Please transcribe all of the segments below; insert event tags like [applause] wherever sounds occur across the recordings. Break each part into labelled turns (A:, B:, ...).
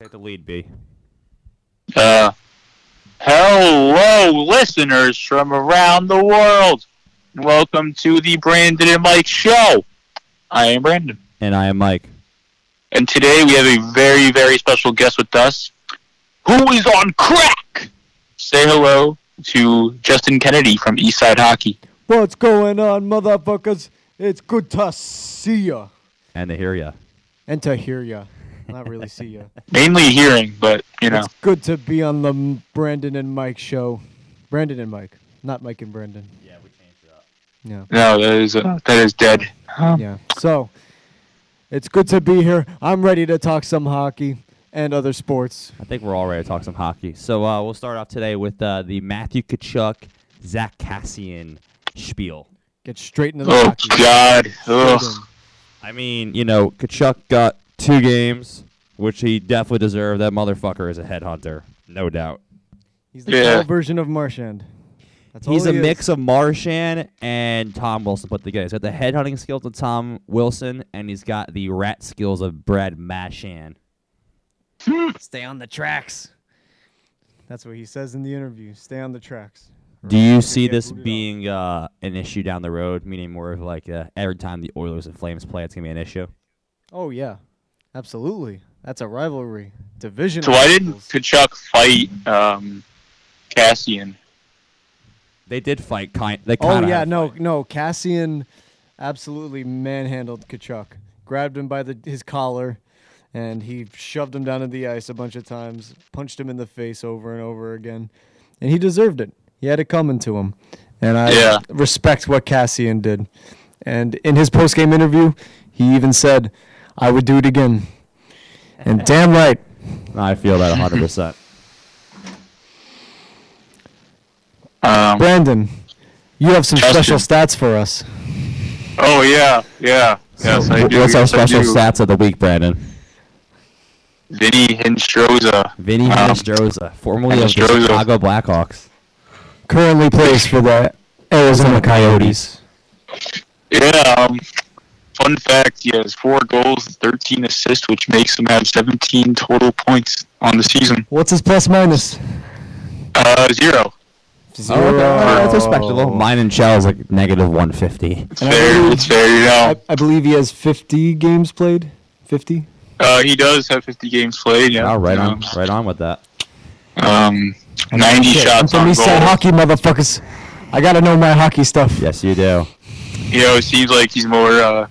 A: Take the lead, B.
B: Uh, hello, listeners from around the world. Welcome to the Brandon and Mike Show. I am Brandon.
A: And I am Mike.
B: And today we have a very, very special guest with us who is on crack. Say hello to Justin Kennedy from Eastside Hockey.
C: What's going on, motherfuckers? It's good to see ya
A: And to hear ya.
C: and to hear ya. Not really
B: [laughs]
C: see ya.
B: Mainly hearing, but, you know,
C: It's good to be on the M- Brandon and Mike show. Brandon and Mike, not Mike and Brandon.
A: Yeah, we changed it up.
C: Yeah,
B: no, that is, uh, that is dead. Um,
C: yeah. So it's good to be here. I'm ready to talk some hockey and other sports.
A: I think we're all ready to talk some hockey. So uh, we'll start off today with uh, the Matthew Kachuk, Zach Cassian spiel.
C: Get straight into the
B: Oh,
C: hockey.
B: God. Ugh.
C: Brandon,
A: I mean, you know, Kachuk got two games, which he definitely deserved. That motherfucker is a headhunter, no doubt.
C: He's the
B: Yeah.
C: tall version of Marchand. That's all
A: He's
C: he
A: a
C: is.
A: mix of Marshan and Tom Wilson put together. He's got the headhunting skills of Tom Wilson, and he's got the rat skills of Brad Mashan.
C: Stay on the tracks. That's what he says in the interview. Stay on the tracks.
A: Do you see
C: get
A: this
C: booted off.
A: being uh, an issue down the road? Meaning more of like uh, every time the Oilers and Flames play, it's gonna be an issue.
C: Oh yeah, absolutely. That's a rivalry division.
B: So why didn't Kachuk fight um, Cassian?
A: They did fight kind. They
C: Oh
A: kind
C: yeah, no, no. Cassian absolutely manhandled Kachuk, grabbed him by the his collar, and he shoved him down to the ice a bunch of times, punched him in the face over and over again, and he deserved it. He had it coming to him, and I
B: Yeah.
C: respect what Cassian did. And in his post game interview, he even said, "I would do it again," and damn right.
A: I feel that 100. percent
B: Um,
C: Brandon, you have some
B: Justin.
C: special stats for us.
B: Oh yeah, yeah. [laughs] Yes, I do.
A: What's our
B: yes, I
A: special
B: do.
A: stats of the week, Brandon?
B: Vinny Hinstroza.
A: Vinny
B: Um,
A: Hinestroza, formerly of the
B: Hinestroza.
A: Chicago Blackhawks.
C: Currently plays for the Arizona Coyotes.
B: Yeah. Um, fun fact: he has four goals, thirteen assists, which makes him have seventeen total points on the season.
C: What's his plus minus?
B: Uh, zero.
A: Oh,
C: Zero.
B: Oh,
A: that's respectable. Mine and Shell is like negative 150.
B: It's fair. It's fair. You
C: I,
B: know.
C: I believe he has 50 games played. 50?
B: Uh, he does have fifty games played. Yeah.
A: Oh, right
B: you
A: on,
B: know.
A: right on with that.
B: Um, ninety
C: Shit, I'm
B: shots
C: from
B: on goal.
C: Eastside Hockey, motherfuckers. I gotta know my hockey stuff.
A: Yes, you do.
B: You know, it seems like he's more. Uh,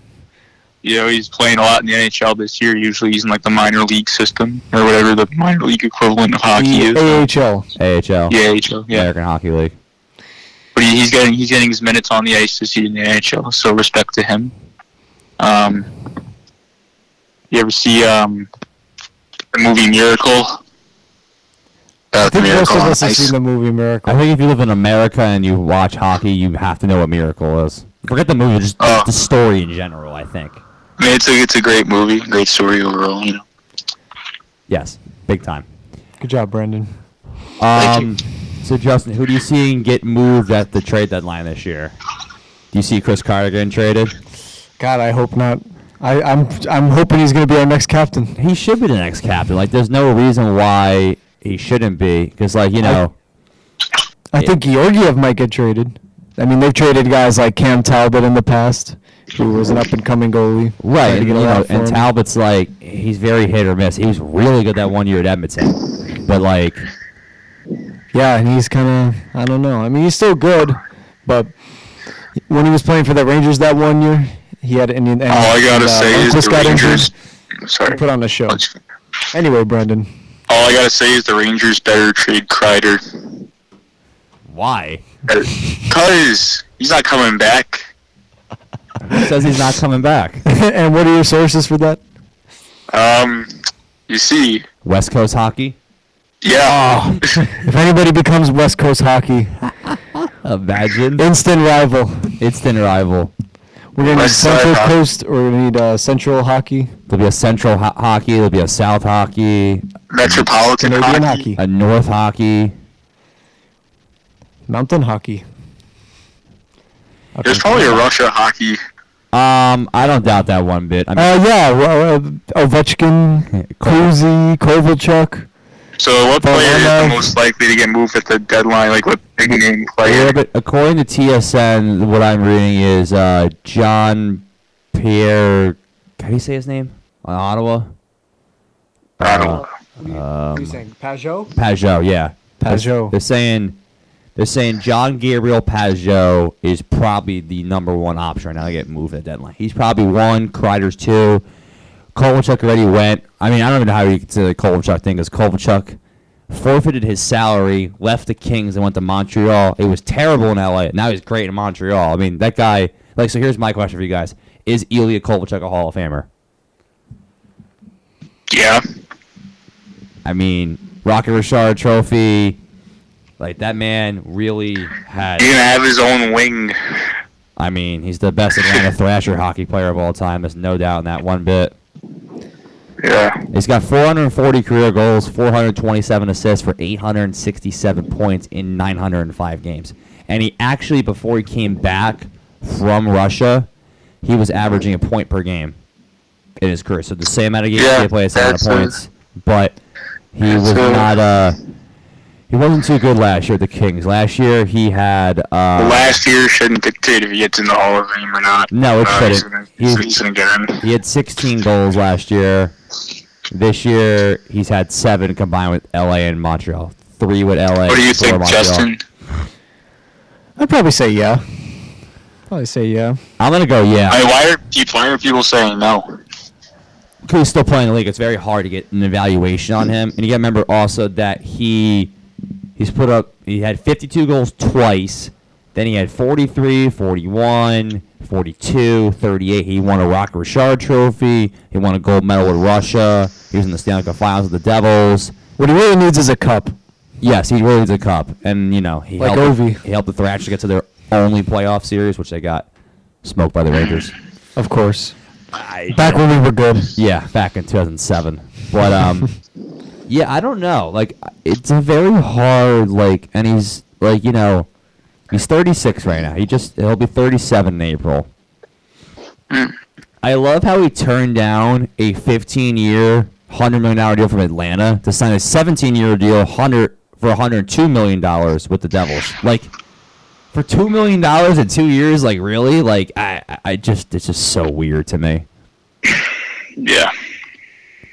B: you know, he's playing a lot in the NHL this year. Usually, he's in like the minor league system or whatever the minor league equivalent of hockey is.
C: The AHL.
A: AHL,
B: Yeah, NHL. Yeah.
A: American Hockey League.
B: but he, he's getting he's getting his minutes on the ice this year in the NHL. So respect to him. Um, you ever see um, the movie Miracle?
C: I
B: About the
C: think most
B: miracle
C: of
B: on
C: us have
B: ice.
C: seen the movie
A: I
C: Miracle.
A: think if you live in America and you watch hockey, you have to know what Miracle is. Forget the movie, just
B: Oh.
A: the story in general. I think.
B: I mean, it's a it's a great movie, great story overall. You know,
A: Yes, big time.
C: Good job, Brandon.
B: Thank you.
A: Um, so Justin, who do you see get moved at the trade deadline this year? Do you see Chris Carter getting traded?
C: God, I hope not. I, I'm I'm hoping he's gonna be our next captain.
A: He should be the next captain. Like, there's no reason why he shouldn't be. Because, like, you know,
C: I think Georgiev might get traded. I mean, they've traded guys like Cam Talbot in the past, who was an up and coming goalie.
A: right?
C: Tried to
A: And, you
C: get
A: know,
C: a lot for
A: and
C: him.
A: Talbot's like he's very hit or miss. He was really good that one year at Edmonton, but like,
C: Yeah, and he's kind of I don't know. I mean, he's still good, but when he was playing for the Rangers that one year, he had and, and
B: all I gotta
C: and, uh,
B: say is
C: Lundqvist
B: the
C: got injured,
B: Rangers.
C: he
B: Sorry.
C: put on a show.
B: All
C: Anyway, Brandon, [laughs]
B: I gotta say is the Rangers better trade Kreider
A: why?
B: because he's not coming back.
A: Who says he's not coming back?
C: and what are your sources for that?
B: Um, you see,
A: West Coast hockey.
B: yeah. [laughs]
C: If anybody becomes West Coast hockey,
A: Imagine
C: instant rival.
A: instant rival.
C: We're gonna need
B: West Side
C: Central
B: hockey.
C: Coast, or we're gonna need uh, Central hockey,
A: There'll be a Central ho- hockey. There'll be a South hockey,
B: Metropolitan
C: Canadian
B: hockey.
C: hockey,
A: a North hockey.
C: mountain hockey.
B: There's probably a Russia hockey
A: Um, I don't doubt that one bit. I mean,
C: Uh, yeah, well, uh, Ovechkin, Kuzi, Kovalchuk.
B: So what
C: Well,
B: player
C: I
B: is the
C: know-
B: most likely to get moved at the deadline? Like what big name
A: yeah,
B: player?
A: but according to TSN, what I'm reading is uh, John Pierre. How do you say his name? Uh, Ottawa.
B: I don't know.
D: What are you,
C: Um,
D: what are you saying? Pajot?
A: Pajot, yeah. Paj-
D: Pajot.
A: They're saying they're saying John Gabriel Pajot is probably the number one option right now to get moved at deadline. He's probably one, Kreider's two. Kovalchuk already went. I mean, I don't even know how you consider the Kovalchuk thing because Kovalchuk forfeited his salary, left the Kings, and went to Montreal. It was terrible in LA. Now he's great in Montreal. I mean, that guy. Like, so here's my question for you guys: Is Ilya Kovalchuk a Hall of Famer?
B: Yeah.
A: I mean, Rocket Richard Trophy. Like that man really had.
B: He's gonna have his own wing.
A: I mean, he's the best Atlanta Thrasher hockey player of all time. There's no doubt in that one bit.
B: Yeah.
A: He's got 440 career goals, 427 assists for 867 points in 905 games. And he actually, before he came back from Russia, he was averaging a point per game in his career. So the same amount of games
B: Yeah,
A: he played, same amount of
B: that's, uh,
A: points, but he
B: that's,
A: was
B: uh,
A: not. Uh, he wasn't too good last year at the Kings. Last year he had. Uh,
B: Last year shouldn't dictate if he gets in the Hall of Fame or not.
A: No, it
B: Uh, he's
A: shouldn't.
B: gonna-
A: He's-
B: He's, he's gonna get in.
A: He had 16 goals last year. This year, he's had seven combined with LA and Montreal. Three with LA.
B: What do you
A: four
B: think,
A: Montreal.
B: Justin?
C: I'd probably say yeah. Probably say yeah.
A: I'm gonna go. Yeah,
B: I mean, why are people why are people saying no?
A: because he's still playing the league. It's very hard to get an evaluation on him. And you got to remember also that he he's put up. He had 52 goals twice. Then he had 43, 41, 42, 38. He won a Rock Richard Trophy. He won a gold medal with Russia. He was in the Stanley Cup Finals with the Devils.
C: What he really needs is a cup.
A: Yes, he really needs a cup, and you know he
C: Like
A: helped.
C: Ovi.
A: He helped the Thrashers get to their only playoff series, which they got smoked by the Rangers.
C: Of course. Back when we were good.
A: Yeah, back in 2007. But um, yeah, I don't know. Like, it's a very hard like, and he's like, you know, he's 36 right now. He just he'll be 37 in April. I love how he turned down a 15-year, 100 million dollar deal from Atlanta to sign a 17-year deal, 100 for 102 million dollars with the Devils. Like. For two million dollars in two years, like really, like I, I- I just, it's just so weird to me.
B: Yeah.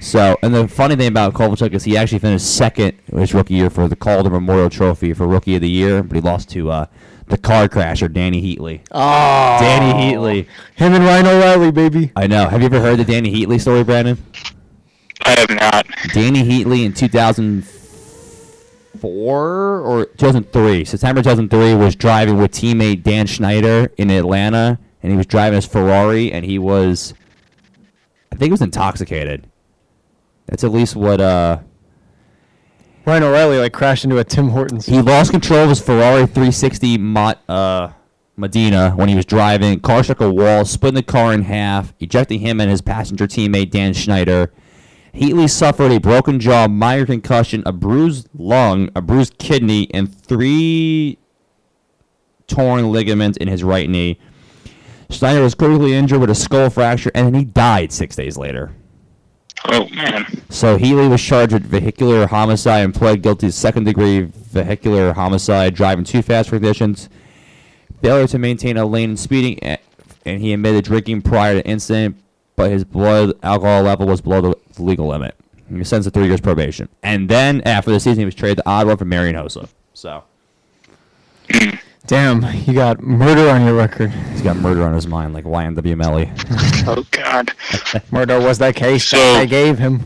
A: So, and the funny thing about Kovalchuk is he actually finished second in his rookie year for the Calder Memorial Trophy for Rookie of the Year, but he lost to uh, the car crasher Danny Heatley.
C: Oh.
A: Danny Heatley,
C: Him and Ryan O'Reilly, baby.
A: I know. Have you ever heard the Danny Heatley story, Brandon?
B: I have not.
A: Danny Heatley in 2004 or 2003, September 2003, was driving with teammate Dan Schneider in Atlanta, and he was driving his Ferrari, and he was, I think, he was intoxicated. That's at least what uh.
C: Ryan O'Reilly like crashed into a Tim Hortons.
A: He lost control of his Ferrari 360 Mot, uh, Medina when he was driving. Car struck a wall, splitting the car in half, ejecting him and his passenger teammate Dan Schneider. Heatley suffered a broken jaw, minor concussion, a bruised lung, a bruised kidney, and three torn ligaments in his right knee. Schneider was critically injured with a skull fracture, and then he died six days later.
B: Oh man.
A: So Healy was charged with vehicular homicide and pled guilty to second degree vehicular homicide, driving too fast for conditions, failure to maintain a lane and speeding, a- and he admitted drinking prior to the incident, but his blood alcohol level was below the the legal limit. He was sentenced to three years probation. And then after the season, he was traded to Ottawa for Marion Hossa. So
C: Damn, you got murder on your record.
A: he's got murder on his mind, like YNW Melly.
B: Oh god.
A: [laughs]
C: Murder was the case
B: So-
C: that I gave him.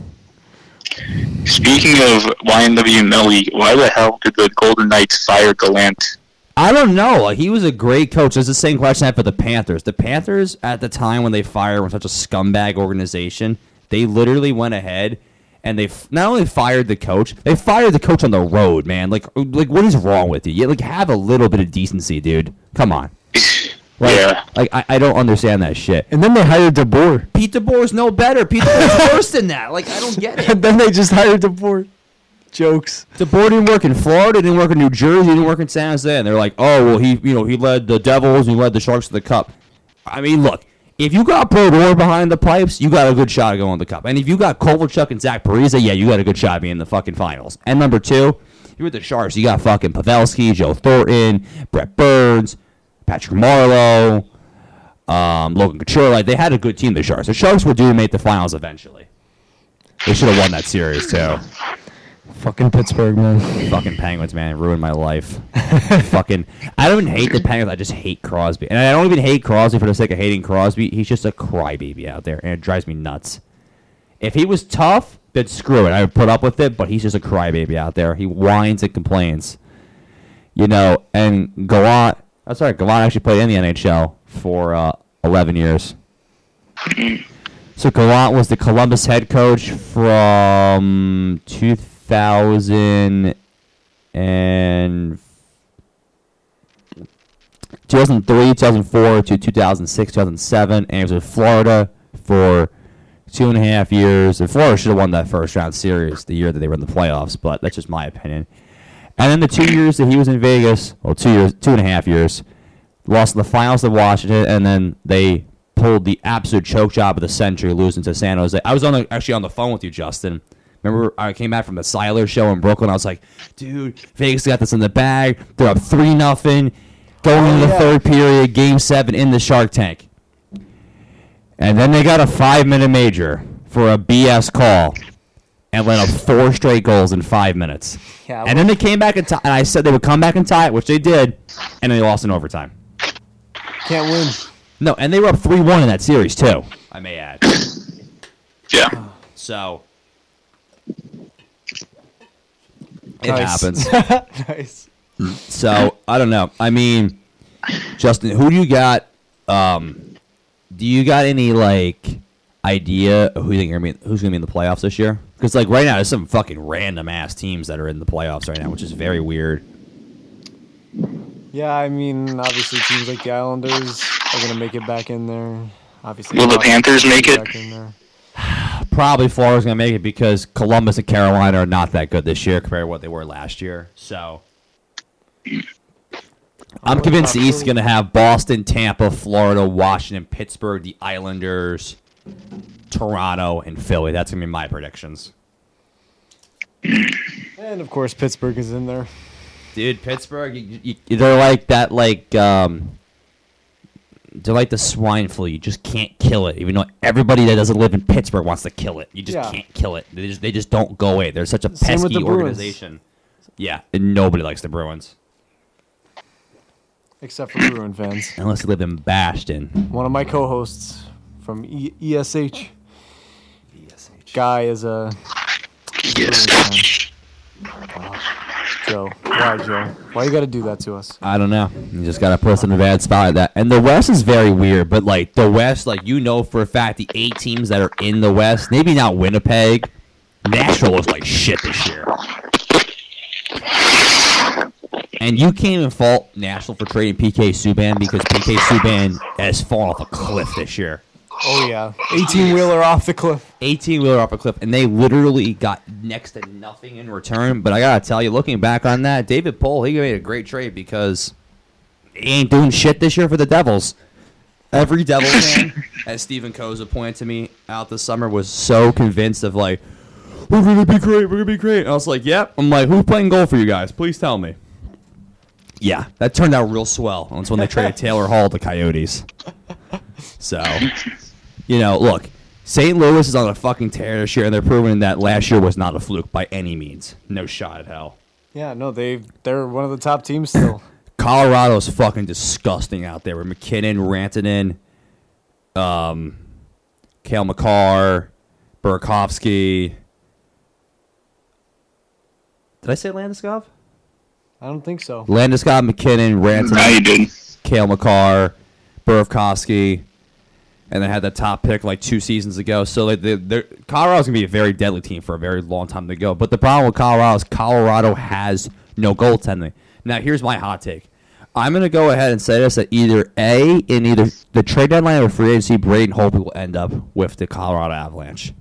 B: Speaking of YNW Melly, why the hell did the Golden Knights fire Gallant?
A: I don't know. Like, he was a great coach. It's the same question I had for the Panthers. The Panthers, at the time when they fired, were such a scumbag organization. They literally went ahead and they f- not only fired the coach, they fired the coach on the road, man. Like, uh, like what is wrong with you? you? Like, have a little bit of decency, dude. Come on. Like,
B: yeah.
A: Like, I, I don't understand that shit.
C: And then they hired DeBoer. [laughs]
A: Pete DeBoer's no better. Pete DeBoer's [laughs] worse than that. Like, I don't get it.
C: And then they just hired DeBoer. Jokes.
A: DeBoer didn't work in Florida, didn't work in New Jersey, didn't work in San Jose, and they're like, oh well, he you know he led the Devils, he led the Sharks to the Cup. I mean, look, If you got Brodor behind the pipes, you got a good shot of going to the cup. And if you got Kovalchuk and Zach Parise, yeah, you got a good shot of being in the fucking finals. And number two, you're with the Sharks. You got fucking Pavelski, Joe Thornton, Brett Burns, Patrick Marlowe, um, Logan Couture. Like they had a good team. The Sharks. The Sharks were due to make the finals eventually. They should have won that series too.
C: Fucking Pittsburgh, man.
A: Fucking Penguins, man, ruined my life. [laughs] Fucking, I don't even hate the Penguins. I just hate Crosby, and I don't even hate Crosby for the sake of hating Crosby. He's just a crybaby out there, and it drives me nuts. If he was tough, then screw it. I would put up with it, but he's just a crybaby out there. He whines and complains, you know. And Gallant, I'm sorry, Gallant actually played in the NHL for uh, 11 years. So Gallant was the Columbus head coach from 2000 and 2003, 2004 to 2006, 2007, and he was with Florida for two and a half years. And Florida should have won that first round series the year that they were in the playoffs, but that's just my opinion. And then the two years that he was in Vegas, well, two years, two and a half years, lost in the finals to Washington, and then they pulled the absolute choke job of the century, losing to San Jose. I was on the, actually on the phone with you, Justin. Remember, I came back from the Siler show in Brooklyn. I was like, "Dude, Vegas got this in the bag. They're up three nothing, going into the
D: yeah.
A: third period, Game Seven in the Shark Tank." And then they got a five minute major for a BS call and let up four straight goals in five minutes.
D: Yeah,
A: and then they came back and, tie, and I said they would come back and tie it, which they did, and they lost in overtime.
D: Can't win.
A: No, and they were up 3 1 in that series, too, I may add.
B: Yeah.
A: oh, So. It
D: Nice.
A: happens.
D: [laughs] nice.
A: So I don't know. I mean, Justin, who do you got? Um, do you got any like idea of who you think are gonna be, who's going to be in the playoffs this year? Because like right now, there's some fucking random ass teams that are in the playoffs right now, which is very weird.
D: Yeah, I mean, obviously teams like the Islanders are gonna make it back in there. Obviously.
B: Will the
D: Boston's
B: Panthers
D: gonna
B: make
D: be
B: it?
D: Back in there.
A: Probably Florida's going to make it because Columbus and Carolina are not that good this year compared to what they were last year. So I'm convinced the East is going to have Boston, Tampa, Florida, Washington, Pittsburgh, the Islanders, Toronto, and Philly. That's going to be my predictions.
D: And of course, Pittsburgh is in there.
A: Dude, Pittsburgh, you, you, they're like that, like, um, they're like the swine flu. You just can't kill it, even though everybody that doesn't live in Pittsburgh wants to kill it. You just
D: Yeah.
A: can't kill it. They just, they just don't go away. They're such a
D: Same with
A: pesky
D: the Bruins.
A: organization. Yeah, and nobody likes the Bruins
D: Except for Bruin fans.
A: unless they live in Bastion.
D: One of my co-hosts from e- ESH guy is a
B: Yes.
D: Joe. Why Joe? Why you gotta do that to us?
A: I don't know. You just gotta put us in a bad spot like that. And the West is very weird, but like the West, like you know for a fact, the eight teams that are in the West, maybe not Winnipeg. Nashville was like shit this year. And you can't even fault Nashville for trading PK Subban because PK Subban has fallen off a cliff this year.
D: Oh yeah, 18 wheeler off the cliff.
A: 18 wheeler off a cliff, and they literally got next to nothing in return. But I gotta tell you, looking back on that, David Pohl he made a great trade because he ain't doing shit this year for the Devils. Every Devil fan, as Stephen Koza pointed to me out this summer, was so convinced of like, we're gonna be great, we're gonna be great. And I was like, yep. I'm like, who's playing goal for you guys? Please tell me. Yeah, that turned out real swell. And That's when they traded Taylor Hall to Coyotes. So you know, look, St. Louis is on a fucking tear this year, and they're proving that last year was not a fluke by any means. No shot at hell.
D: Yeah, no, they they're one of the top teams still.
A: Colorado's fucking disgusting out there with McKinnon, Rantanen, um, Kale McCarr, Burkowski. Did I say Landeskog?
D: I don't think so.
A: Landeskog, McKinnon,
B: Now
A: Rantanen,
B: you did.
A: Kale McCarr, Burkowski, and they had that top pick like two seasons ago. So like they, they're, Colorado's gonna be a very deadly team for a very long time to go. But the problem with Colorado is Colorado has no goaltending. Now here's my hot take. I'm gonna go ahead and say this that either A in either the trade deadline or free agency, Braden Holtby will end up with the Colorado Avalanche.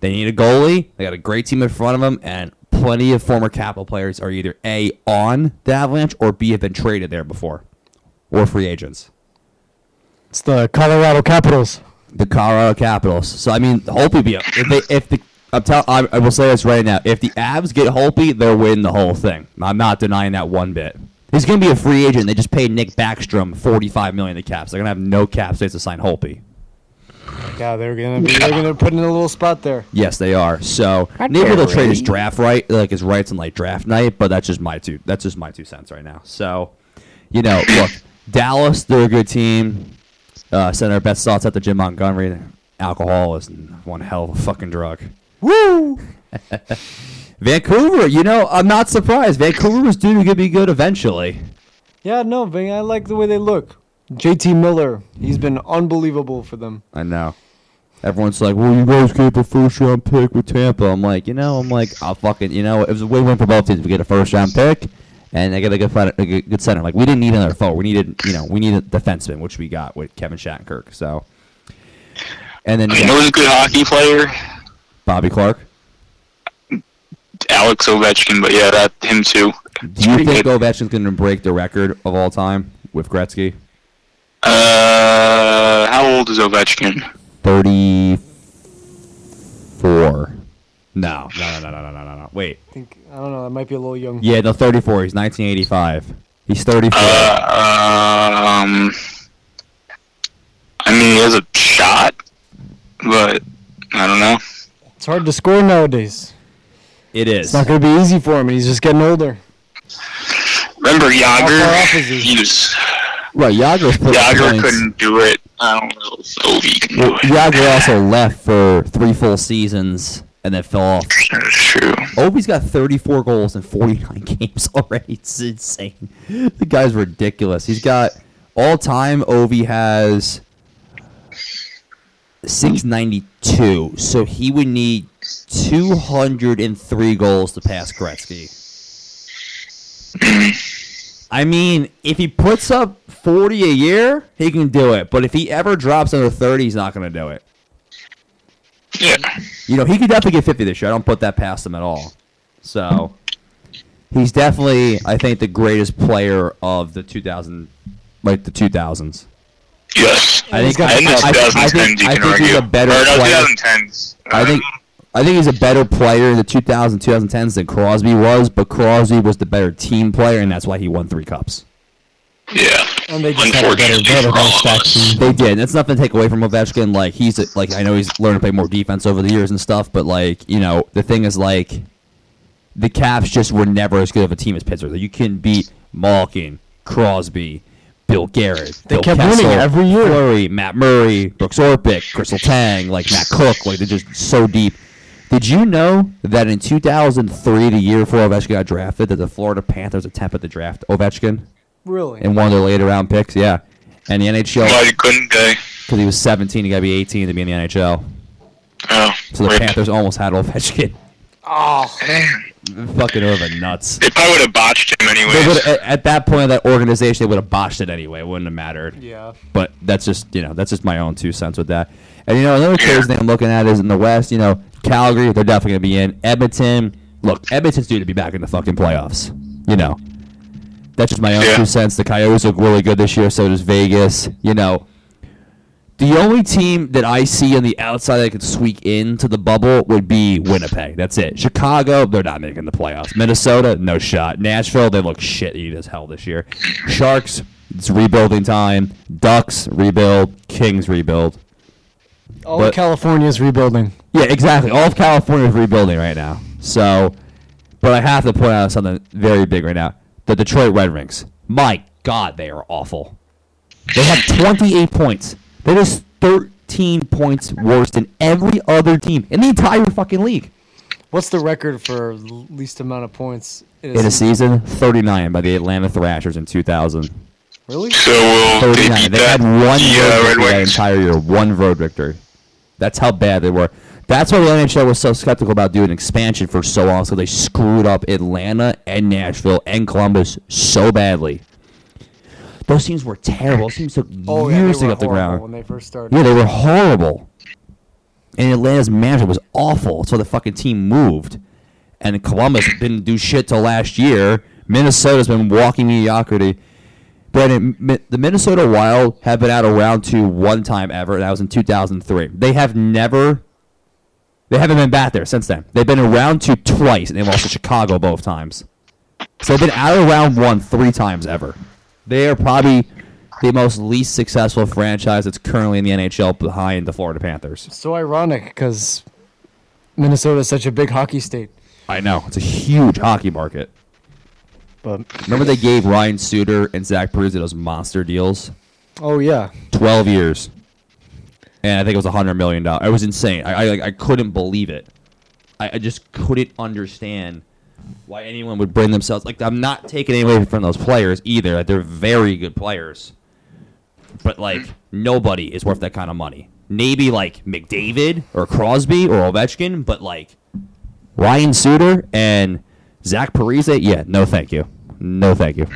A: They need a goalie. They got a great team in front of them, and plenty of former Capital players are either A on the Avalanche or B have been traded there before, or free agents.
C: It's the Colorado Capitals.
A: the Colorado Capitals. So I mean, Holpe be if they if the I'm tell I, I will say this right now. If the Abs get Holpe, they're winning the whole thing. I'm not denying that one bit. He's gonna be a free agent. They just paid Nick Backstrom 45 million to caps. They're gonna have no cap space to sign Holpe.
D: Yeah, they're gonna be, they're gonna put in a little spot there.
A: Yes, they are. So maybe they'll trade his draft right, like his rights on like draft night. But that's just my two. That's just my two cents right now. So, you know, look, Dallas, they're a good team. Uh, send our best thoughts out to Jim Montgomery. Alcohol is one hell of a fucking drug. Woo! [laughs] Vancouver, you know, I'm not surprised. Vancouver was due to be good eventually.
D: Yeah, no, Ving, I like the way they look. JT Miller, he's been unbelievable for them.
A: I know. Everyone's like, well, you guys gave a first round pick with Tampa. I'm like, you know, I'm like, I'll fucking, you know, it was a win win for both teams. We get a first round pick, and I get a good, fin- a good good center. Like, we didn't need another forward. We needed, you know, we needed a defenseman, which we got with Kevin Shattenkirk. So, and then
B: You
A: you
B: know
A: got
B: who's a good hockey player?
A: Bobby Clark.
B: Alex Ovechkin, but yeah, that him too.
A: Do you think Ovechkin's going to break the record of all time with Gretzky?
B: Uh, how old is Ovechkin?
A: 34. No, no, no, no, no, no, no, no. Wait.
D: I think I don't know, that might be a little young.
A: Yeah, no, 34. He's 1985. He's 34.
B: Uh, um, I mean, he has a shot, but I don't know.
D: It's hard to score nowadays.
A: it
D: It's
A: is.
D: not gonna be easy for him, and he's just getting older.
B: Remember
D: How far off
B: Yager?
D: is he?
B: He was
A: Right, Yager put up
B: Yager
A: points.
B: couldn't do it. I don't know if Ovi can do
A: Well,
B: it.
A: Yager also left for three full seasons and then fell off.
B: That's true.
A: [laughs] Obi's got 34 goals in 49 [laughs] games already. It's insane. The guy's ridiculous. He's got all time. Ovi has 692, so he would need 203 goals to pass Gretzky. I mean, if he puts up 40 a year, he can do it. But if he ever drops under 30, he's not going to do it.
B: Yeah.
A: You know, he could definitely get 50 this year. I don't put that past him at all. So, he's definitely, I think, the greatest player of the 2000, like the 2000s.
B: Yes.
A: I think,
B: I
A: I,
B: think it's
A: I, I,
B: 2010s,
A: think,
B: you
A: I
B: can
A: think
B: argue.
A: he's a better
B: or no,
A: player.
B: 2010s.
A: I think, I think he's a better player in the 2000s, 2010s than Crosby was, but Crosby was the better team player, and that's why he won three cups.
B: Yeah.
D: And they just had a better
B: Unfortunately
D: better
B: for all of
D: stats
B: us.
A: They did. and That's nothing to take away from Ovechkin. Like he's a, like I know he's learned to play more defense over the years and stuff, but like you know the thing is like the Caps just were never as good of a team as Pittsburgh. Like, you can beat Malkin, Crosby, Bill Garrett. They Bill
C: kept
A: Kessel,
C: winning every year.
A: Fleury, Matt Murray, Brooks Orpik, Crystal Tang, like Matt Cook. Like they're just so deep. Did you know that in 2003, the year before Ovechkin got drafted, that the Florida Panthers attempted to draft Ovechkin
D: Really?
A: in one of their later round picks? Yeah. And the NHL
B: Why you couldn't eh? they?
A: because he was 17. He got to be 18 to be in the NHL.
B: Oh,
A: So the
B: rip.
A: Panthers almost had [laughs] Ovechkin.
D: Oh,
B: Damn.
A: Fucking over nuts.
B: They probably would have botched him
A: They
B: anyways.
A: would've- eh, at, at that point of that organization, they would have botched it anyway. It wouldn't have mattered.
D: yeah.
A: But that's just you know that's just my own two cents with that. And you know another crazy thing I'm looking at is in the West. You know Calgary, they're definitely gonna be in. Edmonton, look, Edmonton's due to be back in the fucking playoffs. You know, that's just my own
B: Yeah.
A: two cents. The Coyotes look really good this year. So does Vegas. You know, the only team that I see on the outside that could squeak into the bubble would be Winnipeg. That's it. Chicago, they're not making the playoffs. Minnesota, no shot. Nashville, they look shitty as hell this year. Sharks, it's rebuilding time. Ducks, rebuild. Kings, rebuild.
D: All
A: But-
D: of California's rebuilding.
A: Yeah, exactly. All of California is rebuilding right now. So, but I have to point out something very big right now. The Detroit Red Wings. My God, they are awful. They have 28 points. That is 13 points worse than every other team in the entire fucking league.
D: What's the record for l- least amount of points in a
A: In a
D: season?
A: season, 39 by the Atlanta Thrashers in 2000.
D: Really?
B: So will they
A: 39.
B: beat
A: They had
B: that?
A: one
B: the uh,
A: road
B: Red
A: victory that
B: Wings.
A: entire year. One road victory. That's how bad they were. That's why the NHL was so skeptical about doing expansion for so long. So they screwed up Atlanta and Nashville and Columbus so badly. Those teams were terrible. Those teams took
D: Oh, yeah, they
A: years to
D: were
A: get off the
D: horrible
A: ground.
D: when they first started.
A: Yeah, they were horrible. And Atlanta's management was awful. So the fucking team moved. And Columbus didn't do shit till last year. Minnesota's been walking mediocrity. Brandon, Mi- the Minnesota Wild have been out of round two one time ever. and That was in 2003. They have never, they haven't been back there since then. They've been in round two twice, and they lost to Chicago both times. So they've been out of round one three times ever. They are probably the most least successful franchise that's currently in the NHL behind the Florida Panthers.
D: So ironic because Minnesota is such a big hockey state.
A: I know. It's a huge hockey market.
D: But
A: Remember they gave Ryan Suter and Zach Parise those monster deals?
D: oh yeah,
A: 12 years. And I think it was $100 million. It was insane. I, I, like, I couldn't believe it. I, I just couldn't understand why anyone would bring themselves. Like, I'm not taking any away from those players either. Like, they're very good players. But, like, nobody is worth that kind of money. Maybe, like, McDavid or Crosby or Ovechkin, but, like, Ryan Suter and Zach Parise, yeah, no thank you. No thank you.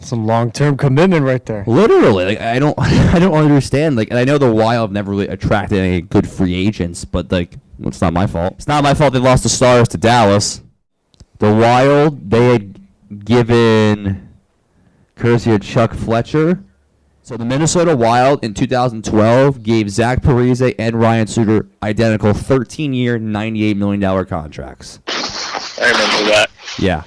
D: some long-term commitment right there.
A: Literally, like I don't, [laughs] I don't understand. Like, and I know the Wild have never really attracted any good free agents, but like, it's not my fault. It's not my fault they lost the Stars to Dallas. The Wild, they had given courtesy of Chuck Fletcher. So the Minnesota Wild in 2012 gave Zach Parise and Ryan Suter identical 13-year, 98 million dollar contracts.
B: I remember that.
A: Yeah,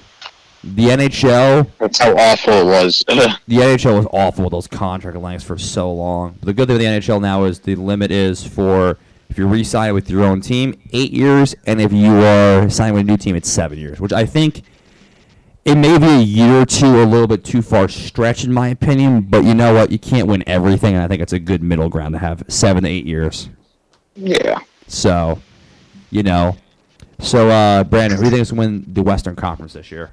A: the NHL
B: That's how awful it was. [laughs]
A: the NHL was awful with those contract lengths for so long. But the good thing with the NHL now is the limit is for if you re-sign with your own team, eight years, and if you are signing with a new team, it's seven years. Which I think it may be a year or two, a little bit too far stretch in my opinion. But you know what? You can't win everything, and I think it's a good middle ground to have seven to eight years.
B: yeah.
A: So, you know, so uh, Brandon, who do you think is going to win the Western Conference this year?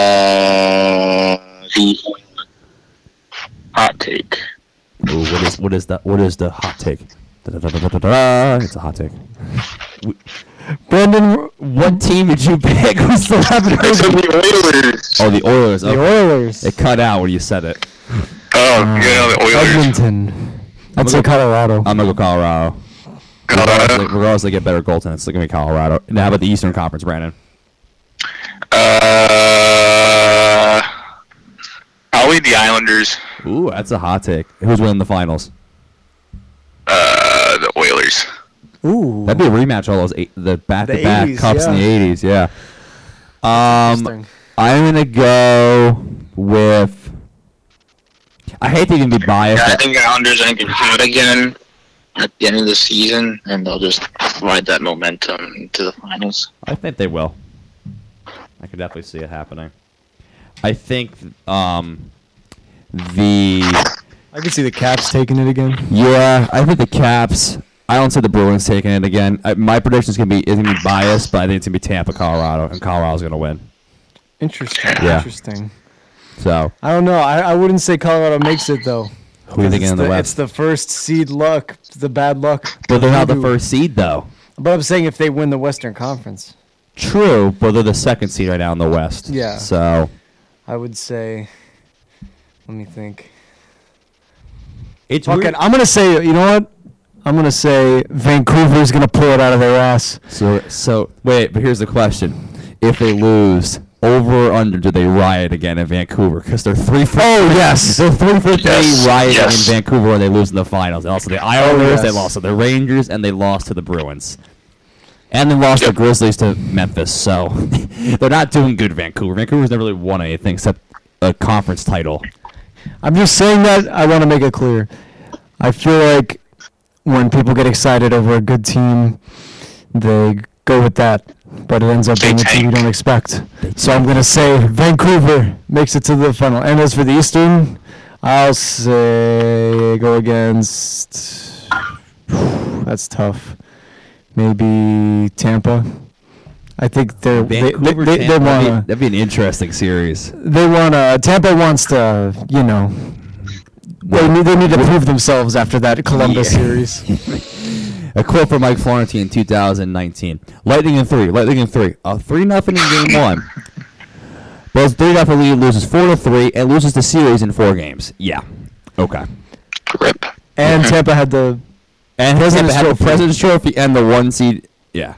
B: Uh, the hot take.
A: Ooh, what is what is the what is the hot take? Da-da-da-da-da-da. It's a hot take.
C: Brandon,
A: What team did you pick? [laughs] Was the
B: I
A: Raptors?
B: said the Oilers.
D: The
A: Oh, the Oilers. Okay.
D: Oilers,
A: It cut out when you said it.
B: Oh, yeah, the Oilers.
C: Edmonton. I'd say Colorado.
A: I'm gonna go Colorado.
B: Uh,
A: Regardless, regardless, they get better goaltenders. It's gonna be Colorado. Now, how about the Eastern Conference, Brandon?
B: Uh, probably the Islanders.
A: Ooh, that's a hot take. Who's winning the finals?
B: Uh, the Oilers.
D: ooh,
A: That'd be a rematch. All those eight, the back-to-back
D: 80s,
A: cups in
D: yeah.
A: the '80s. Yeah. Um,
D: Interesting.
A: I'm gonna go with. I hate to even be biased.
B: Yeah, I think the Islanders are going to get hot again at the end of the season, and they'll just ride that momentum to the finals.
A: I think they will. I could definitely see it happening. I think um, the
C: I could see the Caps taking it again.
A: yeah, I think the Caps. I don't see the Bruins taking it again. I, my prediction's gonna be is gonna be biased, but I think it's gonna be Tampa, Colorado, and Colorado's gonna win.
D: interesting,
A: Yeah.
D: interesting.
A: So
D: I don't know. I, I wouldn't say Colorado makes it though.
A: who are you
D: It's
A: thinking in the,
D: It's
A: West?
D: the first seed luck, It's the bad luck.
A: but they're not the
D: Voodoo.
A: first seed though.
D: But I'm saying if they win the Western Conference,
A: True, but they're the second seed right now in the West.
D: Yeah.
A: So
D: I would say. Let me think.
A: it's
C: Fuck it.
A: weird.
C: I'm gonna say. You know what? I'm gonna say Vancouver's gonna pull it out of their ass.
A: So so wait, but here's the question: If they lose, over or under, do they riot again in Vancouver? Because they're three for oh yes, [laughs] they're three for three
B: Yes,
A: rioting
B: yes.
A: in Vancouver, and they lose in the finals. And also the Islanders, they
C: yes.
A: lost to the Rangers, and they lost to the Bruins, and they lost the
B: Yep.
A: Grizzlies to Memphis. So [laughs] they're not doing good. Vancouver. Vancouver's never really won anything except a conference title.
C: I'm just saying that I want to make it clear. I feel like when people get excited over a good team, they go with that, but it ends up being a team you don't expect. So I'm gonna say Vancouver makes it to the final. And as for the Eastern, I'll say go against. [sighs] That's tough. Maybe Tampa. I think they're, they they,
A: Vancouver,
C: they, they
A: Tampa, that'd be-
C: want to
A: that'd be an interesting series.
C: they want to. Tampa wants to, you know. They need, they need to prove themselves after that Columbus
A: Yeah. [laughs]
C: series.
A: A quote from Mike Florentine in 2019. Lightning in three. Lightning in three. A three nothing in
C: [coughs]
A: game one. But it's three nothing lead loses four to three and loses the series in four games. Yeah. Okay.
B: Rip.
C: And Tampa had the
A: And Tampa
C: President's
A: had the
C: Trophy.
A: President's Trophy and the one seed. Yeah.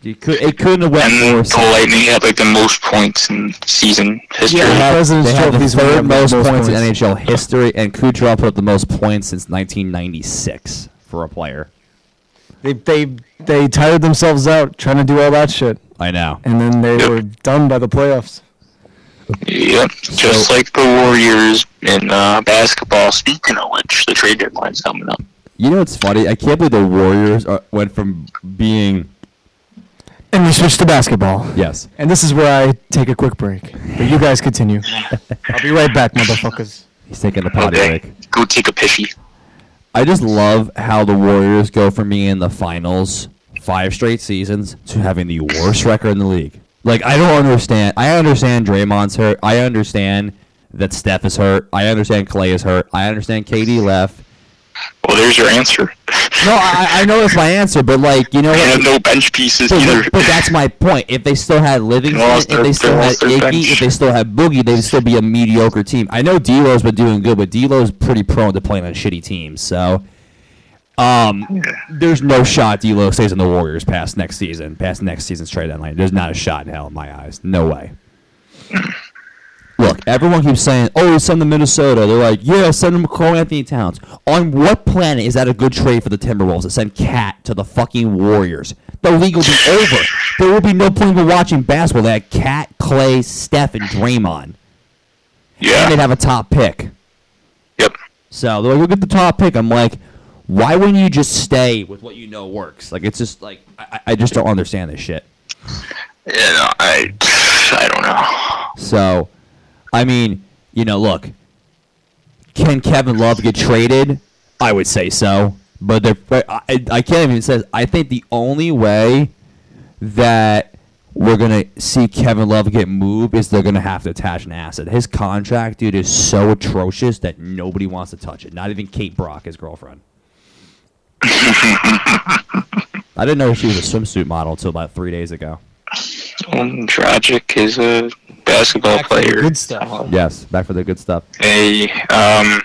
A: You could, it couldn't have went
B: And
A: worse.
B: the Lightning had like the most points in season history.
A: They had-
C: President's
A: they had the
C: Trophy's one
A: third
C: of the
A: most,
C: most
A: points,
C: points.
A: in NHL history, and Kucherov put up the most points since 1996 for a player.
C: They they they tired themselves out trying to do all that shit,
A: I know.
C: and then they were done by the playoffs.
B: Yep, just
A: So-
B: like the Warriors in uh, basketball. Speaking of which, the trade deadline's coming up.
A: You know what's funny? I can't believe the Warriors are, went from being
C: And we switched to basketball.
A: yes.
C: And this is where I take a quick break. But you guys continue. I'll be right back, motherfuckers.
A: He's taking the potty
B: okay,
A: break.
B: go take a pissy.
A: I just love how the Warriors go from being in the finals five straight seasons to having the worst record in the league. Like I don't understand. I understand Draymond's hurt. I understand that Steph is hurt. I understand Clay is hurt. I understand KD left.
B: Well, there's your answer.
A: No, I, I know that's my answer, but like you know,
B: They
A: what?
B: have no bench pieces
A: But,
B: either.
A: but that's my point. If they still had Livingston,
B: They
A: if
B: lost their-
A: they still
B: they
A: had
B: lost their
A: Iggy,
B: bench.
A: if they still had Boogie, they'd still be a mediocre team. I know D'Lo's been doing good, but D'Lo's pretty prone to playing on shitty teams. So, um, there's no shot D'Lo stays in the Warriors past next season, past next season's trade deadline. There's not a shot in hell in my eyes. No way. Look, everyone keeps saying, "Oh, send them to Minnesota." They're like, "Yeah, send them Carl Anthony Towns." On what planet is that a good trade for the Timberwolves to send Cat to the fucking Warriors? The league will be over. There will be no point in watching basketball. They had Cat, Clay, Steph, and Draymond, and they'd
B: yeah.
A: have a top pick.
B: Yep.
A: So they're like, "Look at the top pick." I'm like, "Why wouldn't you just stay with what you know works?" Like, it's just like I, I- I just don't understand this shit.
B: Yeah, no, I, I don't know.
A: So, I mean, you know, look, can Kevin Love get traded? I would say so, but they're, but I, I can't even say. I think the only way that we're gonna see Kevin Love get moved is they're gonna have to attach an asset. His contract, dude, is so atrocious that nobody wants to touch it. Not even Kate Brock, his girlfriend. I didn't know she was a swimsuit model until about three days ago.
B: Um, Dragic is a basketball player.
C: Good stuff.
A: Yes, back for the good stuff.
B: They um,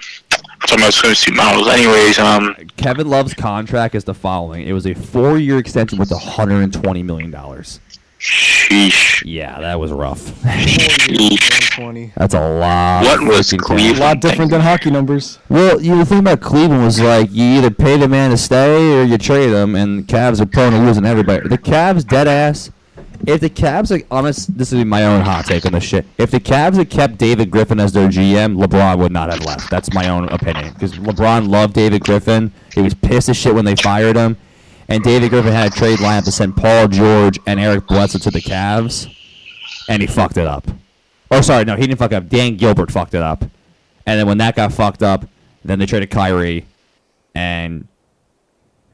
B: talking about swimsuit models. Anyways, um,
A: Kevin Love's contract is the following. It was a four-year extension with 120 million dollars.
B: sheesh.
A: Yeah, that was rough.
D: Twenty.
A: [laughs] That's a lot.
B: What was
A: freaking
B: Cleveland?
A: cash.
C: A lot different than hockey numbers.
A: Well, you know, the thing about Cleveland was like you either pay the man to stay or you trade him, and the Cavs are prone to losing everybody. The Cavs dead ass. If the Cavs like honest, this would be my own hot take on this shit. If the Cavs had kept David Griffin as their GM, LeBron would not have left. That's my own opinion because LeBron loved David Griffin. He was pissed as shit when they fired him, and David Griffin had a trade lineup to send Paul George and Eric Bledsoe to the Cavs, and he fucked it up. Oh, sorry, no, he didn't fuck it up. Dan Gilbert fucked it up. And then when that got fucked up, then they traded Kyrie. And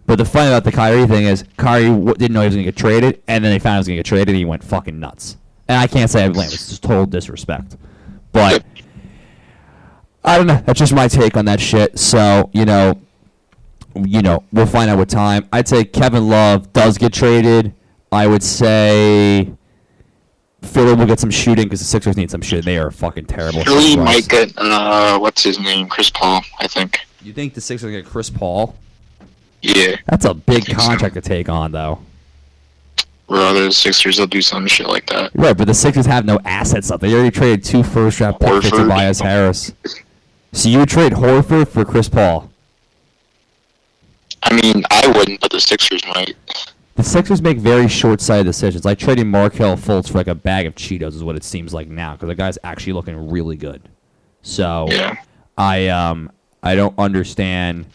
A: but the fun about the Kyrie thing is Kyrie w- didn't know he was gonna get traded, and then they found he was gonna get traded, and he went fucking nuts. And I can't say I blame him; it's just total disrespect. But I don't know. That's just my take on that shit. So you know, you know, we'll find out with time. I'd say Kevin Love does get traded. I would say. Philly will get some shooting because the Sixers need some shit. They are fucking terrible.
B: Philly
A: shooting-wise.
B: might get uh, what's his name, Chris Paul, I think.
A: You think the Sixers are gonna get Chris Paul?
B: Yeah,
A: That's a big contract to take on, though.
B: or other Sixers will do some shit like that.
A: Right, but the Sixers have no assets up. They already traded two first round picks for
B: Horford.
A: Tobias Harris. So you would trade Horford for Chris Paul.
B: I mean, I wouldn't, but the Sixers might.
A: The Sixers make very short sighted decisions. Like trading Markel Fultz for like a bag of Cheetos is what it seems like now, because the guy's actually looking really good. So
B: Yeah.
A: I um I don't understand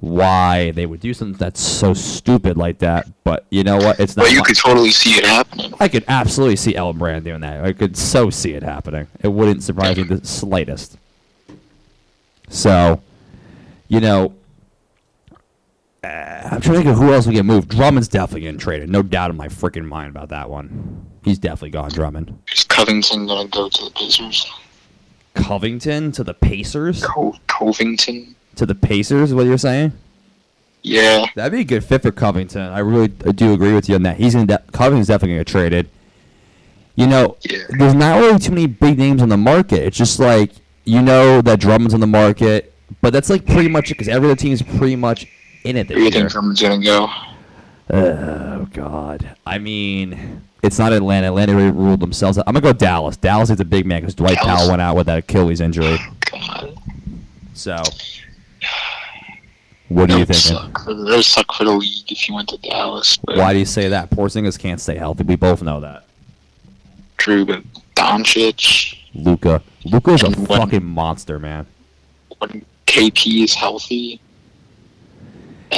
A: why they would do something that's so stupid like that. But you know what? It's not.
B: But you
A: my-
B: could totally see it happening.
A: I could absolutely see Ellen Brand doing that. I could so see it happening. It wouldn't surprise me the slightest. So, you know, uh, I'm trying to think of who else would get moved. Drummond's definitely getting traded. No doubt in my freaking mind about that one. He's definitely gone, Drummond.
B: Is Covington gonna go to the Pacers?
A: Covington to the Pacers?
B: Co- Covington?
A: To the Pacers, is what you're saying?
B: Yeah.
A: That'd be a good fit for Covington. I really I do agree with you on that. He's in de- Covington's definitely going to get traded. You know,
B: Yeah.
A: there's not really too many big names on the market. It's just like you know that Drummond's on the market, but that's like pretty much because every other team's pretty much in it
B: Where do you
A: this year.
B: think Drummond's gonna go?
A: Oh God. I mean, it's not Atlanta. Atlanta already ruled themselves out. I'm gonna go Dallas. Dallas is a big man because Dwight
B: Dallas.
A: Powell went out with that Achilles injury.
B: God.
A: So, what do you
B: That would
A: think?
B: suck. That would suck for the league if you went to Dallas. But
A: Why do you say that? Porzingis can't stay healthy. We both know that.
B: Drew, but Doncic,
A: Luca. Luca's a
B: And when-
A: fucking monster, man.
B: when KP is healthy.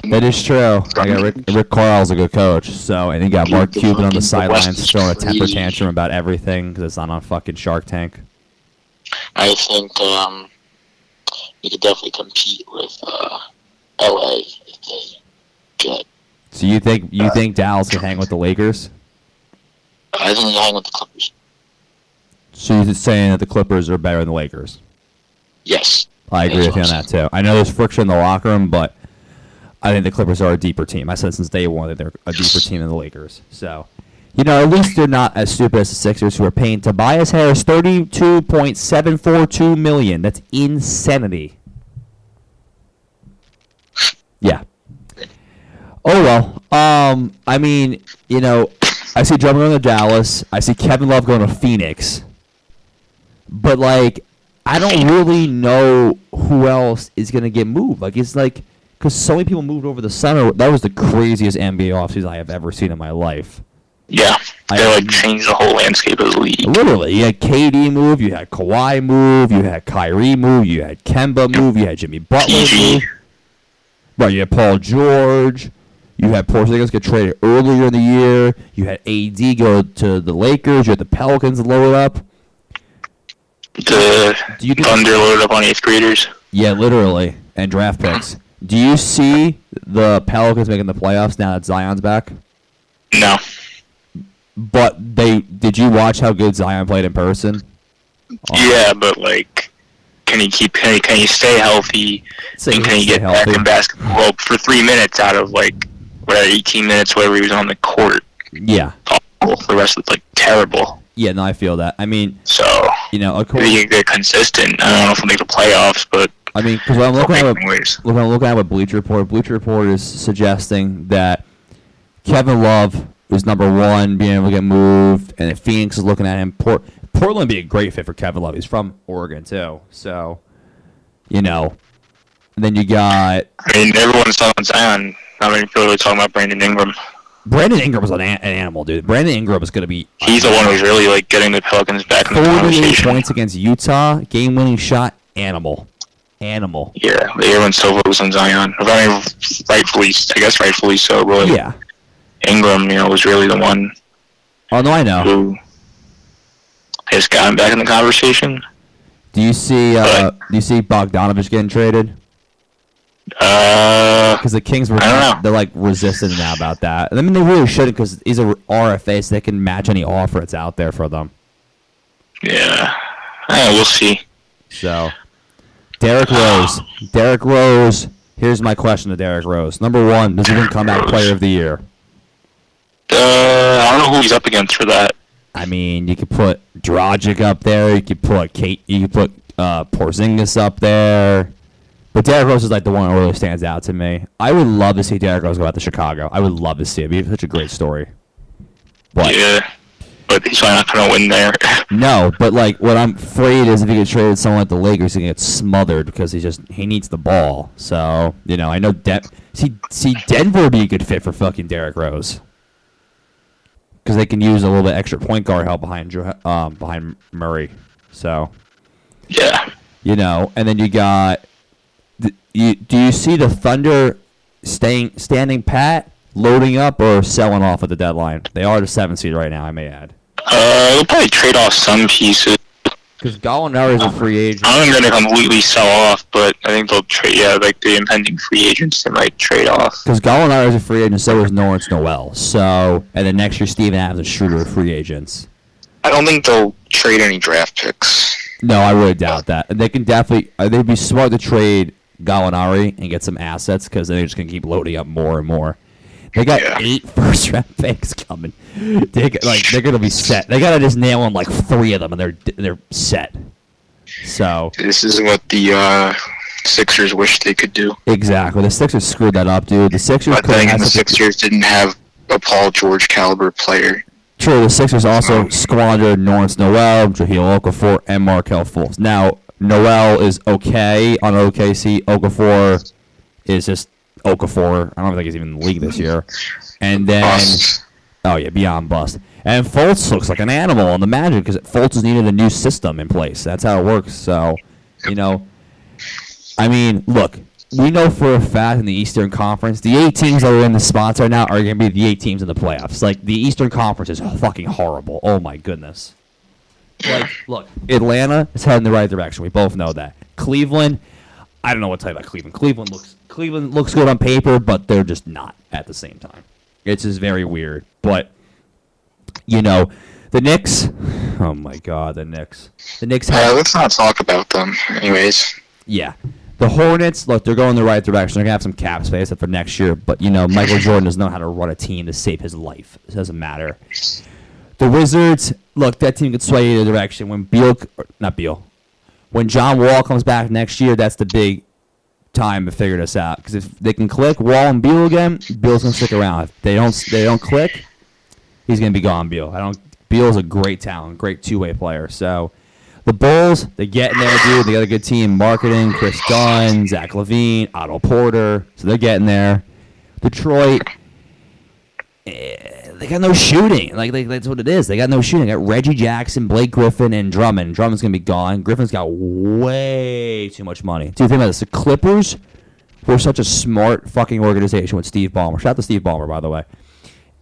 B: And
A: That is true. I got Rick, Rick Carl's a good coach, so and he got Mark
B: Dude, the
A: Cuban on
B: fucking-
A: the
B: the
A: sidelines
B: West
A: throwing a temper
B: is crazy.
A: tantrum about everything because it's not on fucking Shark Tank.
B: I think um, we could definitely compete with uh, LA if they get.
A: So you think you think Dallas can hang with the Lakers?
B: I think they hang with the Clippers.
A: So you're saying that the Clippers are better than the Lakers?
B: Yes.
A: I agree with you on that too. I know there's friction in the locker room, but I think the Clippers are a deeper team. I said since day one that they're a deeper team than the Lakers. So, you know, at least they're not as stupid as the Sixers, who are paying Tobias Harris thirty-two point seven four two million. That's insanity. Yeah. Oh well. Um, I mean, you know, I see Drummond going to Dallas. I see Kevin Love going to Phoenix. But like, I don't really know who else is gonna get moved. Like, it's like because so many people moved over the summer. That was the craziest NBA offseason I have ever seen in my life.
B: Yeah.
A: I-
B: They like changed the whole landscape of the league.
A: Literally, you had KD move, you had Kawhi move, you had Kyrie move, you had Kemba move, you had Jimmy Butler
B: PG.
A: move. Right, you had Paul George. You had Porzingis get traded earlier in the year. You had AD go to the Lakers. You had the Pelicans load up.
B: The
A: Do you think-
B: Thunder loaded up on eighth graders.
A: Yeah, literally, and draft picks. Do you see the Pelicans making the playoffs now that Zion's back?
B: No.
A: But they did you watch how good Zion played in person?
B: Yeah, but like, can he keep? Can he, can he stay healthy?
A: Say
B: and
A: he
B: can he
A: stay
B: get
A: healthy.
B: back in basketball for three minutes out of like whatever, 18 minutes, whatever he was on the court?
A: Yeah,
B: Awful. The rest was like terrible.
A: yeah. No, I feel that. I mean,
B: So
A: you know,
B: if
A: according,
B: they get- they're consistent. I don't know if they'll make the playoffs, but
A: I mean, because I'm
B: they'll
A: looking
B: make
A: at what-
B: noise.
A: look, I'm looking at what Bleacher Report. Bleacher Report is suggesting that Kevin Love is number one, being able to get moved, and if Phoenix is looking at him, Port- Portland would be a great fit for Kevin Love. He's from Oregon too, so you know. And then you got
B: I mean, everyone's talking about Zion. Not many people really talking about Brandon Ingram.
A: Brandon Ingram was an, an animal, dude. Brandon Ingram is going to be
B: He's the one who's really like getting the Pelicans back in the
A: 48
B: conversation.
A: points against Utah, game-winning shot, animal, animal.
B: Yeah, everyone's so focused on Zion. I mean, rightfully, I guess rightfully so. But
A: Yeah.
B: Ingram, you know, was really the one
A: Oh no, I know.
B: who has gotten back in the conversation.
A: Do you see? Uh,
B: Right.
A: do you see Bogdanovich getting traded?
B: Uh,
A: because the Kings were
B: I don't know.
A: they're like resistant now about that. I mean, they really shouldn't because these are RFAs. So they can match any offer that's out there for them.
B: yeah, Uh, we'll see.
A: So, Derek
B: Um,
A: Rose, Derek Rose. Here's my question to Derek Rose. Number one, does he even come out Player of the Year?
B: Uh, I don't know who he's up against for that.
A: I mean, you could put Drogic up there. You could put Kate. You could put uh, Porzingis up there. But Derrick Rose is like the one that really stands out to me. I would love to see Derrick Rose go out to Chicago. I would love to see it. It'd be such a great story. But
B: Yeah, but he's probably not gonna win there. [laughs]
A: No, but like what I'm afraid is if he gets traded to someone like the Lakers, he gets smothered because he just he needs the ball. So you know, I know De- see see Denver would be a good fit for fucking Derrick Rose because they can use a little bit extra point guard help behind Dr- um, behind Murray. So
B: yeah,
A: you know, and then you got th- you, do you see the Thunder staying standing pat, loading up, or selling off at the deadline? They are the seven seed right now. I may add.
B: uh, he'll probably trade off some pieces.
A: Because Gallinari is a free agent.
B: I'm gonna completely sell off, but I think they'll trade. Yeah, like the impending free agents, they might trade off.
A: Because Gallinari is a free agent, so is Norris Noel. So, and then next year, Steven Adams and Schroeder are free agents.
B: I don't think they'll trade any draft picks.
A: No, I really doubt that. And they can definitely, uh, they'd be smart to trade Gallinari and get some assets because they're just going to keep loading up more and more. They got
B: Yeah.
A: eight [laughs] first round picks coming. They, got- like, they're going to be set. They got to just nail on like three of them, and they're they're set. So,
B: This is what the uh, Sixers wish they could do.
A: Exactly. The Sixers screwed that up, dude. The Sixers
B: But
A: could
B: then
A: have
B: the Sixers didn't have a Paul George caliber player.
A: True, the Sixers also squandered Norris Noel, Jahlil Okafor, and Markel Fultz. Now, Noel is okay on OKC. Okafor is just Okafor. I don't think he's even in the league this year. And then,
B: Bust.
A: oh yeah, beyond bust. And Fultz looks like an animal on the Magic because Fultz has needed a new system in place. That's how it works. So, you know, I mean, look, we know for a fact in the Eastern Conference, the eight teams that are in the spots right now are going to be the eight teams in the playoffs. Like the Eastern Conference is fucking horrible. Oh my goodness. Like, look, Atlanta is heading the right direction. We both know that. Cleveland, I don't know what to tell you about Cleveland. Cleveland looks Cleveland looks good on paper, but they're just not at the same time. It's just very weird. But you know, the Knicks. [sighs] Oh my God, the Knicks. The Knicks
B: Uh,
A: have
B: let's not talk about them, anyways.
A: yeah. The Hornets, look, they're going the right direction. They're gonna have some cap space for next year, but you know, Michael Jordan doesn't know how to run a team to save his life. It doesn't matter. The Wizards, look, that team could sway either direction. When Beal, or not Beal, when John Wall comes back next year, that's the big time to figure this out. Because if they can click Wall and Beal again, Beal's gonna stick around. If they don't, they don't click, he's gonna be gone. Beal. I don't. Beal's a great talent, great two-way player. So, the Bulls, they get in there, dude. They got a good team. Marketing, Chris Dunn, Zach Levine, Otto Porter. So they're getting there. Detroit, eh, they got no shooting. Like they, that's what it is. They got no shooting. They got Reggie Jackson, Blake Griffin, and Drummond. Drummond's gonna be gone. Griffin's got way too much money. Dude, think about this. The Clippers were such a smart fucking organization with Steve Ballmer. Shout out to Steve Ballmer, by the way.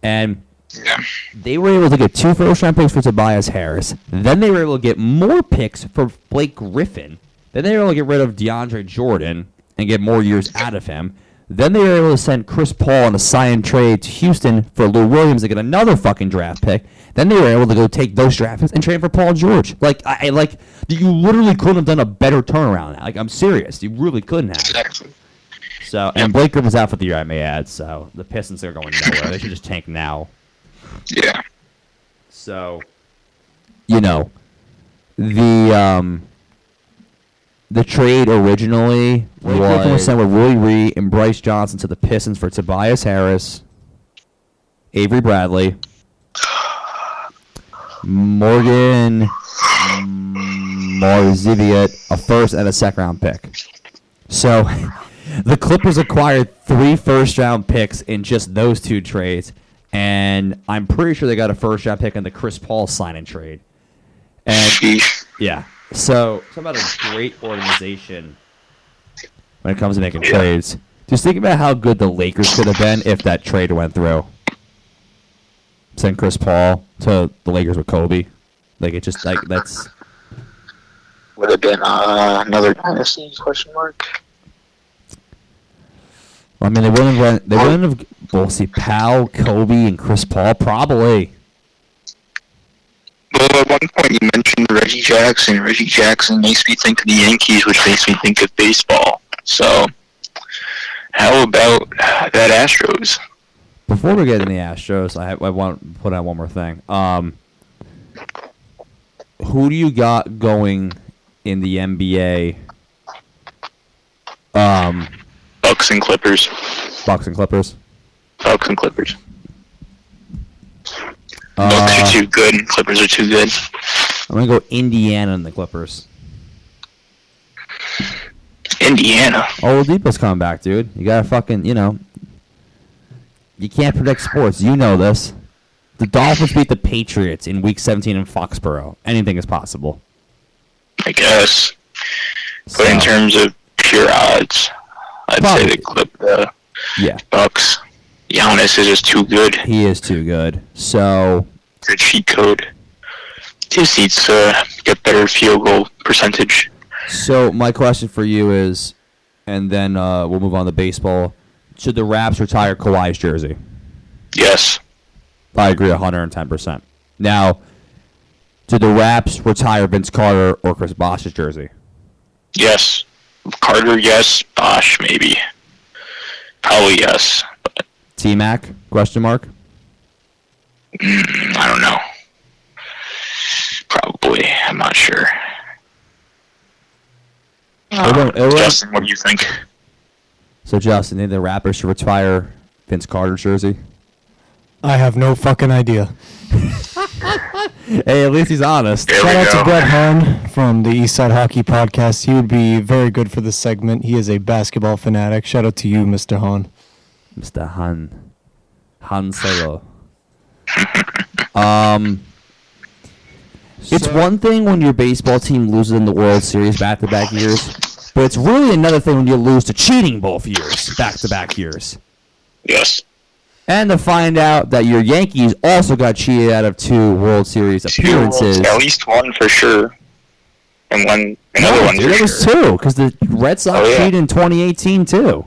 A: And
B: Yeah.
A: they were able to get two first round picks for Tobias Harris. Then they were able to get more picks for Blake Griffin. Then they were able to get rid of DeAndre Jordan and get more years out of him. Then they were able to send Chris Paul on a sign trade to Houston for Lou Williams to get another fucking draft pick. Then they were able to go take those draft picks and trade for Paul George. Like I I- like you literally couldn't have done a better turnaround. than that. Like I'm serious, you really couldn't have.
B: Exactly.
A: So and Blake Griffin's out for the year, I may add. So the Pistons are going nowhere. They should just tank now.
B: Yeah.
A: So, you know, the um, the trade originally Blake Griffin was
E: Was-
A: sent with Willie Reed and Bryce Johnson to the Pistons for Tobias Harris, Avery Bradley, Morgan Marziviet, a first and a second round pick. So, [laughs] the Clippers acquired three first round picks in just those two trades, and I'm pretty sure they got a first round pick in the Chris Paul sign and trade. And
B: Sheesh.
A: yeah. So talk about a great organization when it comes to making
B: Yeah.
A: trades. Just think about how good the Lakers could have been if that trade went through. Send Chris Paul to the Lakers with Kobe. Like it just like that's
B: Would have been uh, another dynasty question mark.
A: I mean they wouldn't have went, they wouldn't have we'll see Powell, Kobe, and Chris Paul probably.
B: Well, at one point you mentioned Reggie Jackson. Reggie Jackson makes me think of the Yankees, which makes me think of baseball. So, how about that Astros?
A: Before we get in the Astros, I, I want to put out one more thing. Um, who do you got going in the NBA? Um,
B: Bucks and Clippers.
A: Bucks and Clippers.
B: Bucks and Clippers. Bucks
A: Uh,
B: are too good. Clippers are too good.
A: I'm gonna go Indiana and the Clippers.
B: Indiana.
A: Oladipo's coming back, dude. You gotta fucking, you know, you can't predict sports. You know this. The Dolphins beat the Patriots in Week 17 in Foxborough. Anything is possible.
B: I guess. But in
A: So,
B: terms of pure odds, I'd say
A: Probably.
B: the clip the
A: yeah,
B: Bucks. Giannis is just too good.
A: he is too good. So
B: The cheat code. He just needs to get better field goal percentage.
A: So my question for you is, and then uh, we'll move on to baseball. Should the Raps retire Kawhi's jersey?
B: Yes.
A: I agree, 110. percent Now, do the Raps retire Vince Carter or Chris Bosh's jersey?
B: Yes. Carter, yes. Bosh, maybe. Probably yes. But
A: T Mac? Question mark.
B: mm, I don't know. Probably. I'm not sure.
A: It won't, it won't
B: Justin, what do you think?
A: So Justin, any of the rappers should retire Vince Carter jersey.
C: I have no fucking idea.
A: Hey, at least he's honest.
B: There
C: Shout
B: we
C: out
B: go.
C: to Brett Hearn from the Eastside Hockey Podcast. He would be very good for this segment. He is a basketball fanatic. Shout out to you, Mr. Hahn.
A: Mr. Han. Han
B: [laughs]
A: Solo. um, it's one thing when your baseball team loses in the World Series back to back years, but it's really another thing when you lose to cheating both years, back to back years.
B: Yes.
A: And to find out that your Yankees also got cheated out of two World Series
B: Two World-
A: appearances.
B: At least one for sure. And one another
A: No,
B: one
A: dude,
B: Oh, for
A: it
B: sure.
A: was two because the Red Sox
B: Oh, yeah.
A: cheated in 2018 too.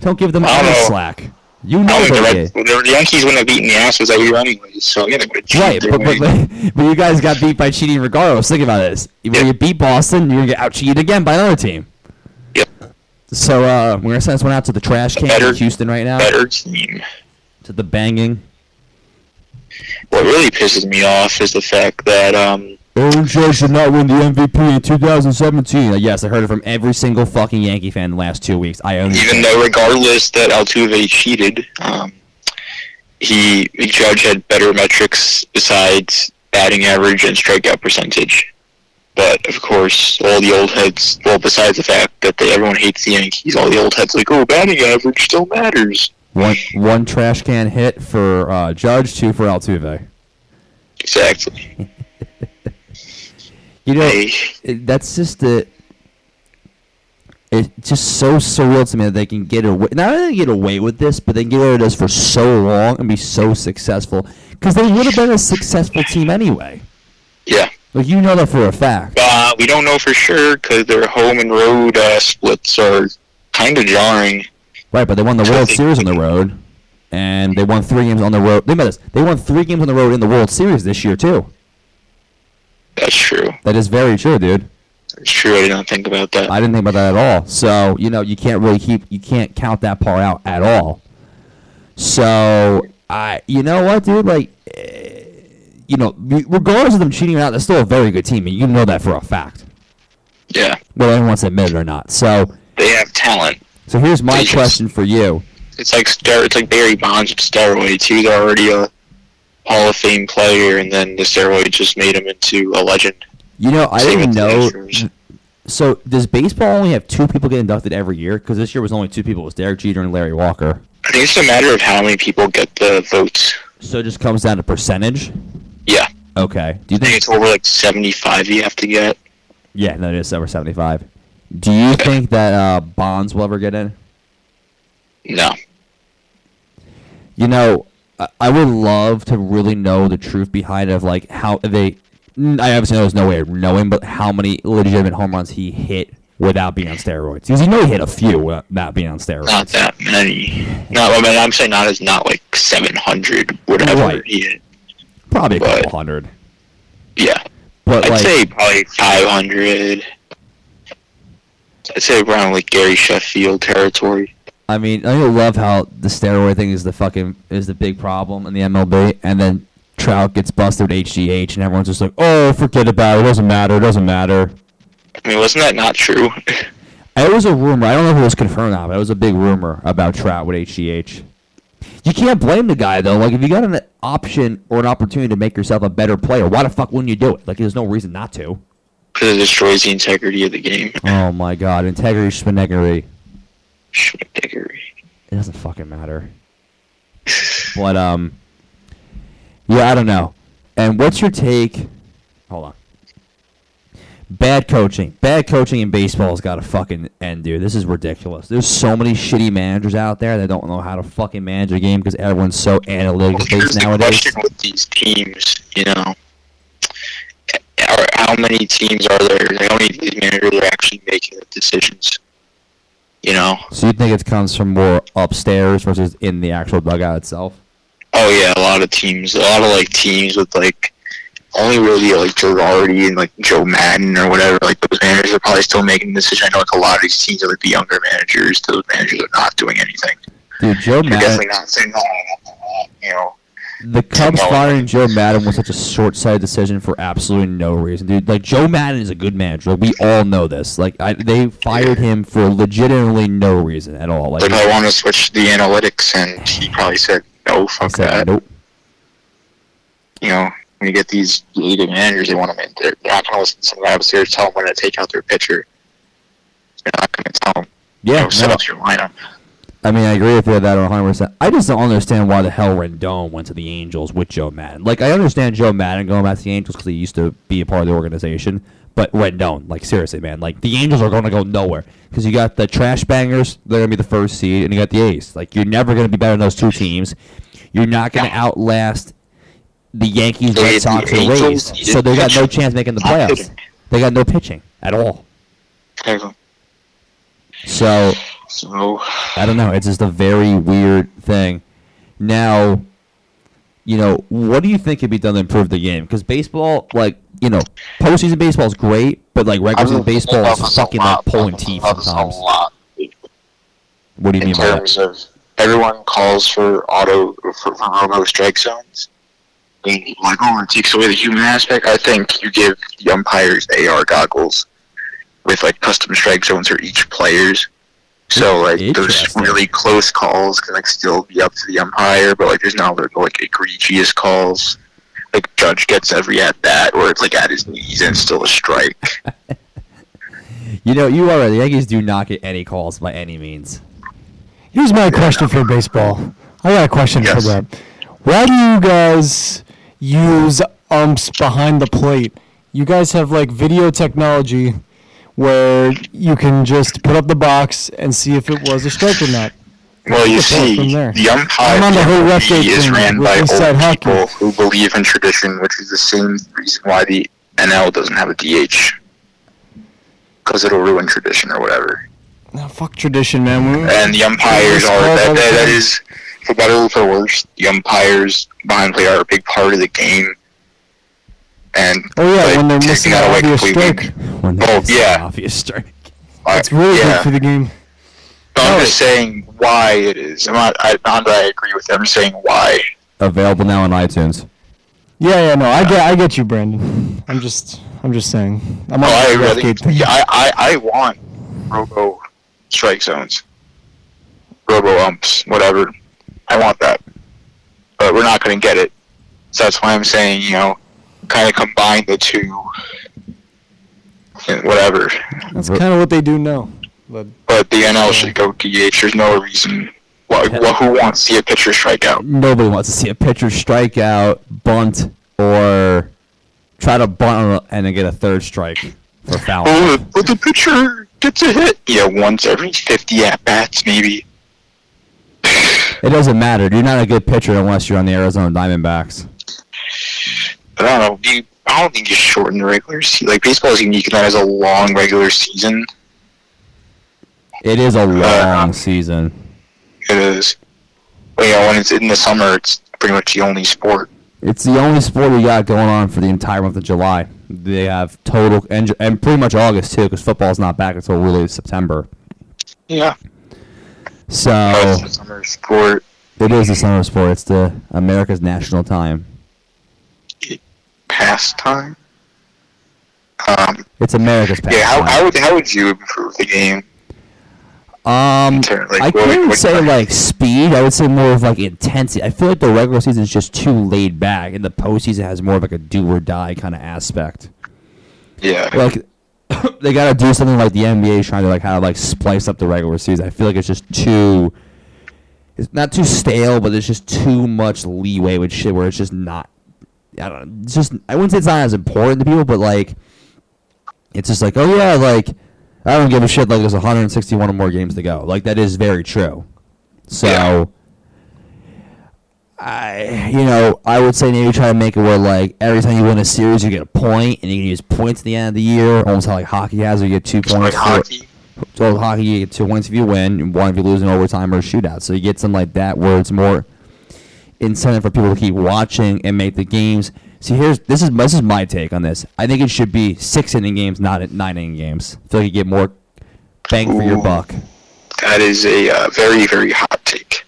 A: Don't give them
B: I don't
A: any
B: know.
A: slack. You
B: I
A: know
B: mean, the,
A: they
B: Red,
A: did.
B: the Yankees wouldn't have beaten the Astros that year anyways, so yeah, they would have cheated
A: Right, but, but,
B: anyway.
A: [laughs] but you guys got beat by cheating regardless. Think about this. When you beat Boston, you're going to get out cheated again by another team.
B: Yep.
A: So uh, we're going to send this one out to the trash can
B: better-
A: in Houston right now,
B: better team.
A: to the banging.
B: What really pisses me off is the fact that um
A: Aaron Judge did not win the MVP in 2017. yes, I heard it from every single fucking Yankee fan the last two weeks. I own
B: even though regardless that Altuve cheated, um, he Judge had better metrics besides batting average and strikeout percentage. But of course, all the old heads. Well, besides the fact that they, everyone hates the Yankees, all the old heads like, oh, batting average still matters.
A: one, one trash can hit for uh, Judge, two for Altuve.
B: Exactly.
A: You know,
B: Hey,
A: it- that's just the. It's just so surreal to me that they can get away. Not only get away with this, but they can get away with this for so long and be so successful. Because they would have been a successful team anyway.
B: yeah.
A: Like you know that for a fact.
B: Uh, we don't know for sure because their home and road uh, splits are kind of jarring.
A: Right, but they won the World Series on the road, and they won three games on the road. Think about this: they won three games on the road in the World Series this year too.
B: That's true.
A: That is very true, dude.
B: That's true. I did not think about that.
A: I didn't think about that at all. So you know, you can't really keep you can't count that part out at all. So I, you know what, dude? Like, eh, you know, re- regardless of them cheating or not, they're still a very good team, and you know that for a fact,
B: Yeah,
A: whether anyone wants to admit it or not. So,
B: they have talent.
A: so here's my
B: Yes.
A: question for you.
B: It's like ster- it's like Barry Bonds with steroids. He was already a Hall of Fame player, and then the steroids just made him into a legend.
A: You know, I
B: Same
A: didn't
B: with the
A: know.
B: Astros.
A: So does baseball only have two people get inducted every year? Because this year was only two people: it was Derek Jeter and Larry Walker.
B: I think it's a matter of how many people get the votes.
A: So it just comes down to percentage.
B: Yeah,
A: Okay. Do you
B: I
A: think
B: think it's over like seventy-five. You have to get.
A: Yeah, no, it is over 75. Do you think that uh, Bonds will ever get in?
B: No,
A: You know, I, I would love to really know the truth behind of like how they. n- I obviously know there's no way of knowing, but how many legitimate home runs he hit without being on steroids? Because you know he hit a few without not being on
B: not
A: steroids.
B: that many. No, I mean I'm saying not as not like seven hundred, whatever.
A: Right.
B: Yeah,
A: Probably a couple
B: but-
A: hundred.
B: yeah.
A: But
B: I'd
A: like,
B: say probably five hundred. I'd say around like Gary Sheffield territory.
A: I mean, I love how the steroid thing is the fucking is the big problem in the MLB, and then Trout gets busted with HGH, and everyone's just like, "Oh, forget about it. It doesn't matter. It doesn't matter."
B: I mean, wasn't that not true? [laughs]
A: It was a rumor. I don't know if it was confirmed or not, but it was a big rumor about Trout with HGH. You can't blame the guy though. Like if you got an option or an opportunity to make yourself a better player, why the fuck wouldn't you do it? Like there's no reason not to.
B: Because it destroys the integrity of the game.
A: Oh my god, integrity spineggery.
B: Schmiddiggery.
A: It doesn't fucking matter. But um Yeah, I don't know. And what's your take hold on. Bad coaching. Bad coaching in baseball's gotta fucking end, dude. This is ridiculous. There's so many shitty managers out there that don't know how to fucking manage a game because everyone's so analytical
B: Well, here's
A: based
B: the
A: nowadays.
B: question with these teams, you know. Are, how many teams are there? Like, How many of these managers are actually making the decisions? You know?
A: So you think it comes from more upstairs versus in the actual dugout itself?
B: Oh, yeah, a lot of teams. A lot of, like, teams with, like, only really, like, Girardi and, like, Joe Madden or whatever. Like, those managers are probably still making the decision. I know, like, a lot of these teams are, like, the younger managers. Those managers are not doing anything.
A: Dude, Joe
B: They're
A: Madden
B: definitely not saying, oh, you know,
A: the Cubs
B: Tomorrow.
A: firing Joe Madden was such a short-sighted decision for absolutely no reason, dude. Like Joe Madden is a good manager. Like, we all know this. Like I, they fired him for legitimately no reason at all. Like
B: They probably want to switch the analytics, and he probably said, "No,
A: I
B: fuck
A: said,
B: that."
A: nope.
B: You know, when you get these leading managers, they want them in. They're, they're not going to listen to some guy upstairs tell them when to take out their pitcher. They're not going to tell them.
A: Yeah,
B: "Go set
A: no,
B: up your lineup.
A: I mean, I agree with you on that 100. percent I just don't understand why the hell Rendon went to the Angels with Joe Madden. Like, I understand Joe Madden going back to the Angels because he used to be a part of the organization, but Rendon, like, seriously, man, like the Angels are going to go nowhere because you got the trash bangers; they're going to be the first seed, and you got the A's. Like, you're never going to be better than those two teams. You're not going to
B: Yeah.
A: outlast the Yankees,
B: They-
A: Red Sox,
B: the
A: and Rays.
B: Angels
A: So they got no
B: pitching.
A: chance making the
B: Not
A: playoffs.
B: pitching.
A: They got no pitching at all.
B: Okay,
A: So
B: So,
A: I don't know. It's just a very weird thing. Now, you know, what do you think could be done to improve the game? Because baseball, like, you know, postseason baseball is great, but like regular season baseball is fucking like pulling teeth sometimes.
B: A lot.
A: What do you
B: in
A: mean by that?
B: terms of everyone calls for auto for, for robo strike zones. They like oh it takes away the human aspect. I think you give the umpires AR goggles with like custom strike zones for each players. So like those
A: Hmm, Interesting.
B: really close calls can like still be up to the umpire, but like there's not like egregious calls. Like judge gets every at bat, or it's like at his knees and it's still a strike.
A: You know, you are right. The Yankees do not get any calls by any means.
C: Here's my question for baseball. I got a question
B: Yes.
C: for that. Why do you guys use umps behind the plate? You guys have like video technology where you can just put up the box and see if it was a strike or not.
B: Well, you
C: What's the
B: see,
C: point from there?
B: the umpire
C: I'm on the whole ref day
B: is
C: thing
B: ran
C: with
B: by old
C: inside hockey.
B: people who believe in tradition, which is the same reason why the NL doesn't have a DH. Because it'll ruin tradition or whatever.
C: No, fuck tradition, man. We-
B: And the umpires
C: It's
B: are,
C: all
B: that,
C: about
B: that, that
C: the-
B: is, for better or for worse, the umpires behind play are a big part of the game. And,
C: Oh yeah,
B: like,
C: when they're
B: taking
C: missing
B: that
C: an
B: away
C: obvious
B: completely,
C: strike,
A: When they
B: Oh,
A: miss an
B: yeah.
A: obvious strike.
B: I-
C: it's really
B: yeah.
C: good for the game.
B: I'm just saying why it is. I'm not, I, not that I agree with them, I'm just saying why.
A: Available now on iTunes.
C: Yeah, yeah, no, I get, I get you, Brandon. I'm just, I'm just saying. I'm on
B: Oh, I
C: the ref
B: really,
C: gate thing.
B: yeah, I, I, I want robo strike zones, robo umps, whatever. I want that, but we're not going to get it. So that's why I'm saying, you know, kind of combine the two, and whatever.
C: That's kind of what they do now.
B: But the NL should go DH. There's no reason. Why, wh- who wants to see a pitcher strikeout?
A: Nobody wants to see a pitcher strike out, bunt, or try to bunt and then get a third strike for foul.
B: Oh, the- but the pitcher gets a hit. Yeah, once every 50 at bats, maybe.
A: It doesn't matter. You're not a good pitcher unless you're on the Arizona Diamondbacks.
B: I don't know. You, I don't think you shorten the regular season. Like baseball is unique in that as a long regular season.
A: It is a long season.
B: It is. But, you know, when it's in the summer, it's pretty much the only sport.
A: It's the only sport we got going on for the entire month of July. They have total and, and pretty much August too, because football's not back until really September.
B: Yeah.
A: So
B: It's a summer sport.
A: it is the summer sport. It's the America's national time.
B: Pastime. Um,
A: It's America's pastime.
B: yeah. How, how would how would you improve the game?
A: Um,
B: Turn, like,
A: I
B: what-
A: couldn't
B: what-
A: say like speed. I would say more of like intensity. I feel like the regular season is just too laid back, and the postseason has more of like a do or die kind of aspect.
B: Yeah.
A: Like [coughs] they gotta do something like the NBA is trying to like how to like splice up the regular season. I feel like it's just too. It's not too stale, but there's just too much leeway with shit where it's just not. I don't. Know, it's just I wouldn't say it's not as important to people, but like, it's just like oh yeah, like I don't give a shit. Like there's 161 more games to go. Like that is very true. So.
B: Yeah.
A: I, you know, I would say maybe try to make it where like every time you win a series, you get a point, and you can use points at the end of the year. Almost how like hockey has, where you get two points.
B: like
A: for-
B: hockey.
A: so with hockey, you get two points if you win, and one if you lose in overtime or a shootout. So you get something like that where it's more incentive for people to keep watching and make the games. See, here's this is this is my take on this. I think it should be six inning games, not at nine inning games. I feel like you get more bang for your
B: Ooh.
A: buck.
B: That is a uh, very very hot take.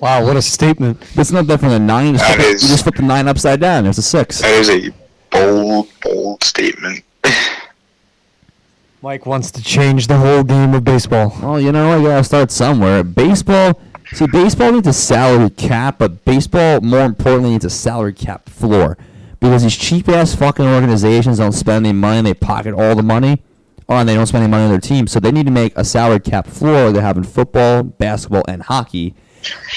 C: Wow, what a statement.
A: It's not different than nine. You just,
B: That
A: flip,
B: is-
A: you just flip the nine upside down. There's a six.
B: That is a bold, bold statement.
C: Mike wants to change the whole game of baseball.
A: Well, you know, I gotta start somewhere. Baseball. See, baseball needs a salary cap, but baseball, more importantly, needs a salary cap floor because these cheap ass fucking organizations don't spend any money. They pocket all the money. Oh, and they don't spend any money on their team, so they need to make a salary cap floor like they have in football, basketball, and hockey,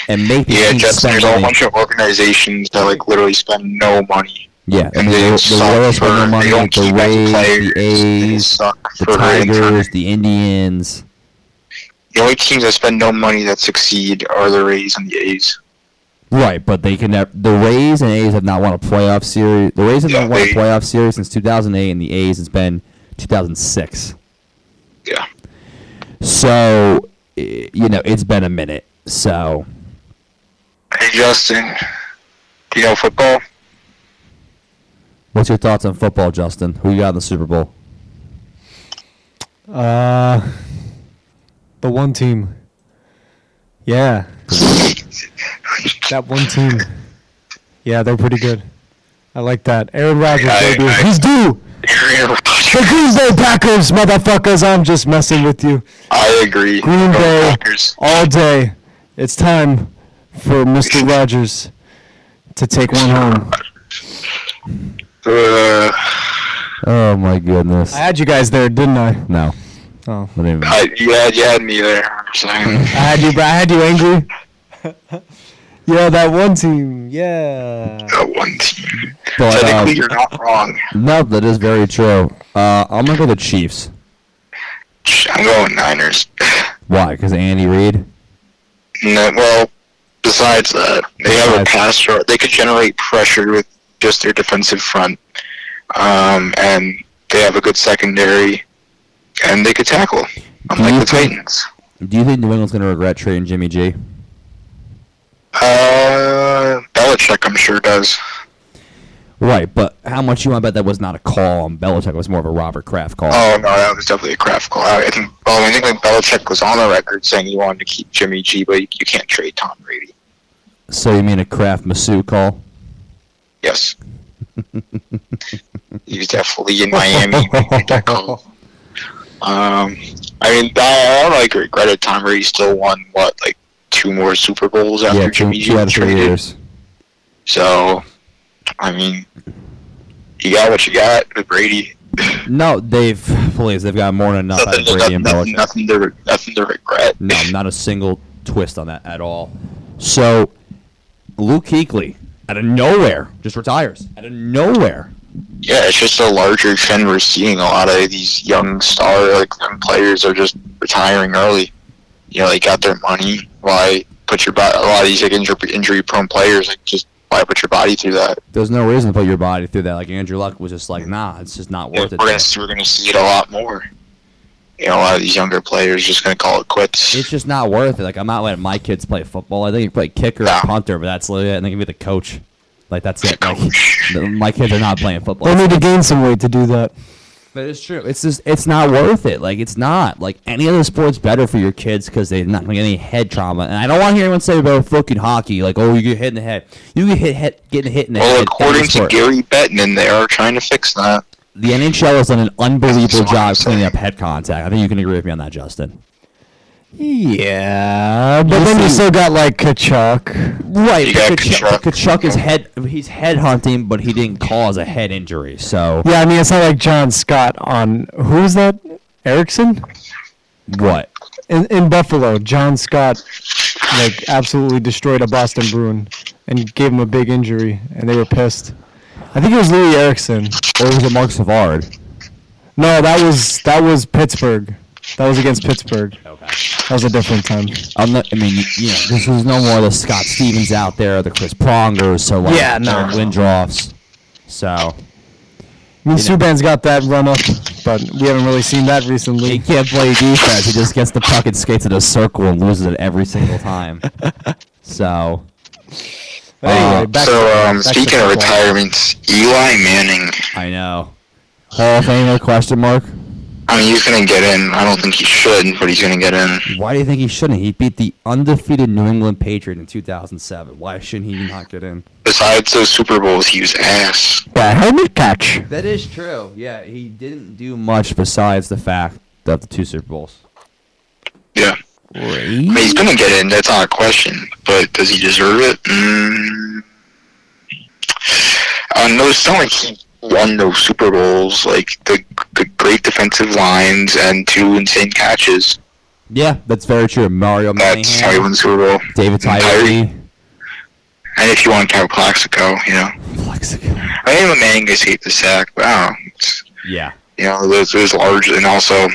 A: and make the
B: Yeah,
A: teams
B: Justin,
A: spend
B: there's a whole
A: money.
B: bunch of organizations that like literally spend no money.
A: Yeah,
B: And
A: the,
B: they
A: the
B: suck
A: Royals
B: for,
A: spend their
B: they
A: money,
B: don't
A: the
B: keep
A: Rays,
B: players.
A: the A's,
B: they suck
A: the
B: for rating
A: Tigers,
B: time.
A: the Indians.
B: The only teams that spend no money that succeed are the Rays and the A's.
A: Right, but they can never. The Rays and A's have not won a playoff series. The Rays have
B: Yeah,
A: not won a
B: they-
A: playoff series since 2008, and the A's has been 2006.
B: Yeah.
A: So, i- you know, it's been a minute. So,
B: Hey, Justin, do you know football? [laughs]
A: what's your thoughts on football, Justin? Who you got in the Super Bowl?
C: Uh, the one team. Yeah, that one team. Yeah, they're pretty good. I like that. Aaron Rodgers,
B: I-
C: baby.
B: I-
C: He's due.
B: Aaron
C: The
B: Rodgers.
C: Green Bay Packers, motherfuckers. I'm just messing with you.
B: I agree.
C: Green
B: Go
C: Bay
B: Packers.
C: all day. It's time for Mr. Rodgers to take one home.
B: Uh,
A: Oh my goodness!
C: I had you guys there, didn't I?
A: no,
C: Oh.
A: I didn't even-
B: I, you, had, you had me there. I'm saying.
C: I had you, I had you angry. yeah, that one team. Yeah.
B: That one team.
A: [laughs] But,
B: Technically,
A: um,
B: you're not wrong.
A: no, that is very true. Uh, I'm gonna go the Chiefs.
B: I'm going Niners.
A: Why? Because Andy Reid.
B: No, well, besides that, they have a
A: Besides-
B: pass rush. They could generate pressure with just their defensive front, um, and they have a good secondary, and they could tackle,
A: Do you
B: unlike the
A: think-
B: Titans.
A: Do you think New England's gonna regret trading Jimmy G?
B: Uh, Belichick, I'm sure does.
A: Right, but how much you want to bet that was not a call on Belichick? It was more of a Robert Kraft call.
B: Oh no, that was definitely a craft call. I I think. Well, I think like Belichick was on the record saying he wanted to keep Jimmy G, but you, you can't trade Tom Brady.
A: So you mean a Kraft Masu call?
B: Yes. he was definitely in Miami. when he made that call. Um, I mean, I, I don't like regret it. Tom Brady still won what, like two more Super Bowls after
A: yeah, two,
B: Jimmy G
A: two out
B: was
A: of three
B: traded.
A: years.
B: So, I mean, you got what you got with Brady.
A: No, they've please they've got more than enough out of Brady
B: nothing, nothing,
A: and
B: nothing,
A: Belichick.
B: nothing to re- nothing to regret.
A: No, not a single twist on that at all. So Luke Keekley, out of nowhere, just retires. Out of nowhere.
B: Yeah, it's just a larger trend we're seeing. A lot of these young star like young players are just retiring early. You know, they got their money. Why put your body? A lot of these like injury injury prone players like just why put your body through that?
A: There's no reason to put your body through that. Like Andrew Luck was just like, nah, it's just not
B: we're
A: worth it.
B: gonna see, we're gonna see it a lot more. You know, a lot of these younger players just gonna call it quits.
A: It's just not worth it. Like I'm not letting my kids play football. I think you play kicker
B: No.
A: and punter, but that's literally it. And they can be the coach. Like that's it. Like, [laughs]
B: Coach.
A: the- my kids are not playing football.
C: They need to gain some weight to do that.
A: That is true. It's just it's not worth it. Like it's not like any other sport's better for your kids because they're not gonna get any head trauma. And I don't want to hear anyone say about fucking hockey. Like oh, you get hit in the head. You get hit, hit getting hit in the
B: well,
A: head.
B: according
A: Every
B: to
A: sport.
B: Gary Bettman, they are trying to fix that.
A: the NHL has done an unbelievable
B: That's what I'm
A: job cleaning
B: saying.
A: up head contact. I think you can agree with me on that, Justin.
C: Yeah, Uh, but then you
A: see-
C: still got like Kachuk.
A: Right,
B: You
A: but
B: got
A: Kachuk,
B: Kachuk.
A: Kachuk is head. He's head hunting, but he didn't cause a head injury. So
C: Yeah, I mean it's not like John Scott on who is that? Erickson
A: what?
C: in, in Buffalo. John Scott like absolutely destroyed a Boston Bruin and gave him a big injury, and they were pissed. I think it was Louis Erickson.
A: Or was it Mark Savard?
C: No, that was that was Pittsburgh. That was against Pittsburgh.
A: Okay.
C: That was a different time.
A: I'm not, I mean, you know, this is no more the Scott Stevens out there, the Chris Prongers, so like
C: Yeah, no.
A: Eric Lindros. So
C: I mean, Subban's got that run up, but we haven't really seen that
A: he
C: recently.
A: can't play defense. He just gets the puck and skates in a circle and loses it every single [laughs] time. So
C: But anyway,
A: Uh,
C: back
B: so,
C: to,
B: um,
C: back to
B: speaking of
C: football.
B: retirements, Eli Manning.
A: I know Hall of Famer question mark.
B: I mean, he's gonna get in. I don't think he should, but he's gonna get in.
A: Why do you think he shouldn't? He beat the undefeated New England Patriot in 2007. Why shouldn't he not get in?
B: Besides those Super Bowls, he was ass.
C: Yeah, helmet catch.
A: That is true. Yeah, he didn't do much besides the fact that the two Super Bowls.
B: Yeah. I mean, he's gonna get in. That's not a question. But does he deserve it? Mm. I don't know. It's not like he won those Super Bowls. Like the the great defensive lines and two insane catches.
A: Yeah, that's very true. Mario
B: That's how he
A: Manningham,
B: won the Super Bowl.
A: David Tyree,
B: And if you want to count Plaxico, you know,
A: Plexico.
B: I mean, Manning guys hate the sack. But I don't know. It's,
A: Yeah.
B: you know, those those large and also,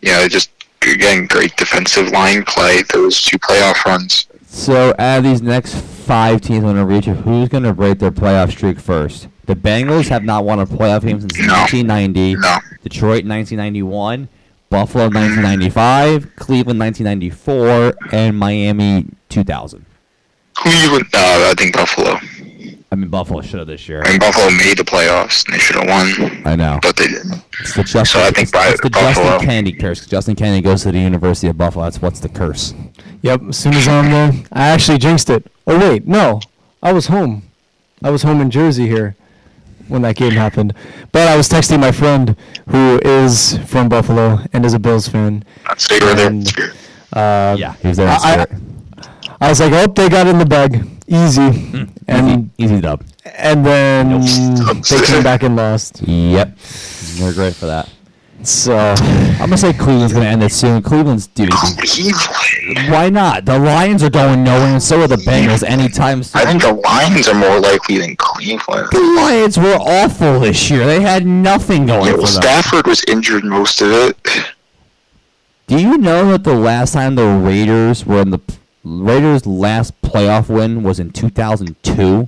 B: you know, just again great defensive line play. Those two playoff runs.
A: So out of these next five teams on the reach, who's going to break their playoff streak first? The Bengals have not won a playoff game since
B: No.
A: 1990.
B: No,
A: Detroit 1991, Buffalo 1995, Cleveland 1994, and Miami 2000.
B: Cleveland. No, I think Buffalo.
A: I mean, Buffalo should have this year.
B: I mean, Buffalo made the playoffs and they should have won,
A: I know.
B: but they didn't.
A: It's the Justin,
B: So I think
A: it's- it's the
B: Bu- Buffalo.
A: Justin Kennedy curse. 'cause Justin Kennedy goes to the University of Buffalo. That's what's the curse.
C: Yep, as soon as I'm there, I actually jinxed it. Oh wait, no, I was home. I was home in Jersey here when that game happened. But I was texting my friend who is from Buffalo and is a Bills fan.
B: I'd say we're there.
C: And- Uh,
A: Yeah, he was there in
C: I- I-
A: spirit.
C: I was like, oh, they got in the bag, easy. And
A: Hmm. Easy dub.
C: and then they came back and lost.
A: Yep. You're great for that.
C: So
A: I'm gonna say Cleveland's gonna end it soon. Cleveland's dude.
B: Cleveland.
A: Why not? The Lions are going nowhere, and so are the Bengals. Anytime soon.
B: I think the Lions are more likely than Cleveland.
A: the Lions were awful this year. They had nothing
B: Yeah,
A: going
B: well,
A: for them.
B: Stafford was injured most of it.
A: Do you know that the last time the Raiders were in the p- Raiders' last playoff win was in 2002?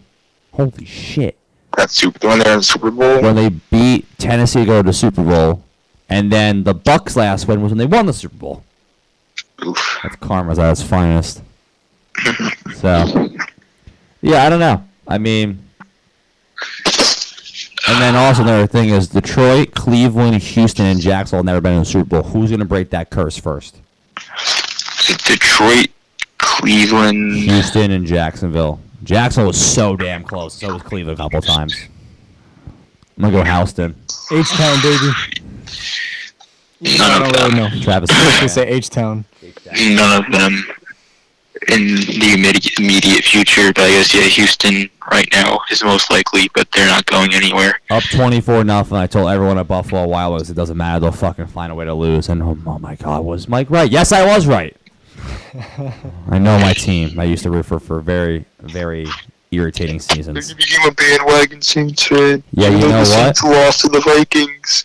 A: Holy shit!
B: That's super. When they're in the Super Bowl,
A: When they beat Tennessee to go to the Super Bowl, and then the Bucks' last win was when they won the Super Bowl.
B: Oof.
A: That's karma's at its finest. So, yeah, I don't know. I mean, and then also another thing is Detroit, Cleveland, Houston, and Jacksonville have never been in the Super Bowl. Who's gonna break that curse first?
B: Is it Detroit, Cleveland.
A: Houston and Jacksonville. Jacksonville was so damn close. So was Cleveland a couple times. I'm gonna go Houston.
C: H Town baby.
B: None of
C: Oh
B: them.
C: no,
A: Travis.
C: I say H Town.
B: None of them in the immediate, immediate future. But I guess yeah, Houston right now is most likely, but they're not going anywhere.
A: Up 24 nothing. I told everyone at Buffalo a while ago, it doesn't matter. They'll fucking find a way to lose. And oh, oh my God, was Mike right? Yes, I was right. I know my team. I used to root for for very, very irritating seasons.
B: became a bandwagon Saints fan.
A: Yeah, you know what?
B: lost to the Vikings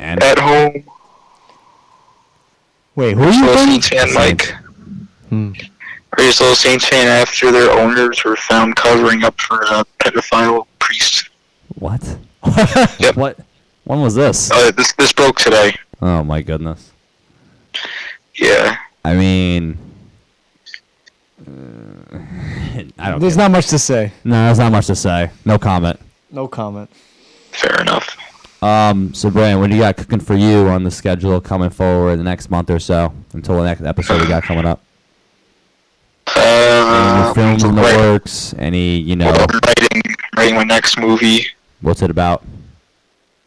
A: And
B: home.
C: Wait, who are
B: Still
C: you
B: a
C: playing?
B: Saints fan, Mike.
C: Hmm.
B: Are you still a Saints fan after their owners were found covering up for a pedophile priest?
A: what? [laughs]
B: Yep.
A: What? When was this?
B: Uh, this this broke today.
A: Oh my goodness.
B: Yeah.
A: I mean, [sighs] uh, I don't.
C: There's
A: There's not-
C: not much to say.
A: no, there's not much to say. No comment.
C: No comment.
B: Fair enough.
A: Um, so Brian, what do you got cooking for you on the schedule coming forward the next month or so until the next episode we got coming up?
B: Uh,
C: Uh,
A: Any films in the
B: right-
A: works? Any you know?
B: I'm Uh, writing, writing my next movie.
A: What's it about?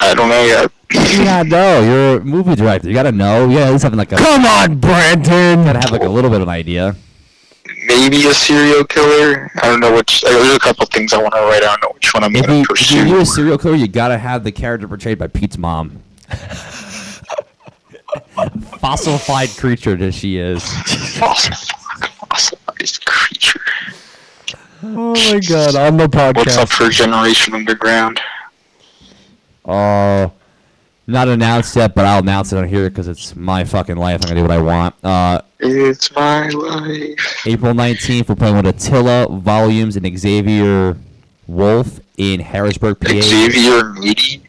B: I don't know yet.
A: Yeah, no, you're a movie director. You gotta know. Yeah, at least having like a
C: Come on, Brandon.
A: gotta have like a little bit of an idea.
B: [laughs] Maybe a serial killer. I don't know which. Uh, there's a couple things I want to write. I don't know which one I'm
A: If
B: going
A: you
B: to
A: if you do
B: pursue.
A: a serial killer, you gotta have the character portrayed by Pete's [laughs] mom. Fossilified creature that she is.
B: Fossil, fossilized creature.
C: [laughs] Oh my God, on the podcast.
B: What's up for Generation Underground?
A: Uh, not announced yet, but I'll announce it on here because it's my fucking life. I'm gonna do what I want. Uh,
B: It's my life.
A: April 19th, we're playing with Attila Volumes and Xavier Wolf in Harrisburg, PA,
B: Xavier Meaty.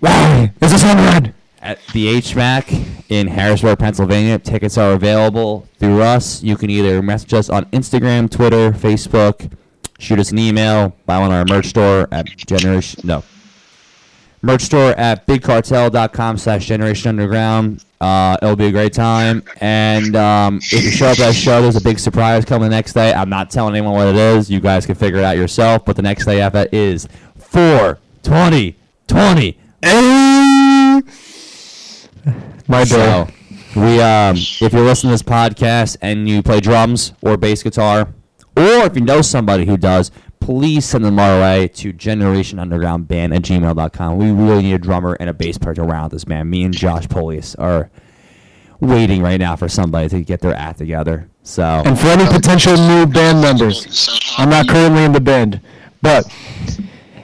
C: Why is this on red?
A: at the HMAC in Harrisburg, Pennsylvania. Tickets are available through us. You can either message us on Instagram, Twitter, Facebook, shoot us an email, buy one at our merch store at Generation. No. merch store at bigcartel.com slash generation underground uh, it'll be a great time and um, if you show up at a show there's a big surprise coming the next day i'm not telling anyone what it is you guys can figure it out yourself but the next day after that is 4 20 20
C: My
A: so
C: day.
A: we um, if you're listening to this podcast and you play drums or bass guitar or if you know somebody who does please send them our way to generationundergroundband at gmail.com we really need a drummer and a bass player to round this man me and josh polius are waiting right now for somebody to get their act together so
C: And for any potential new band members, I'm not currently in the band, but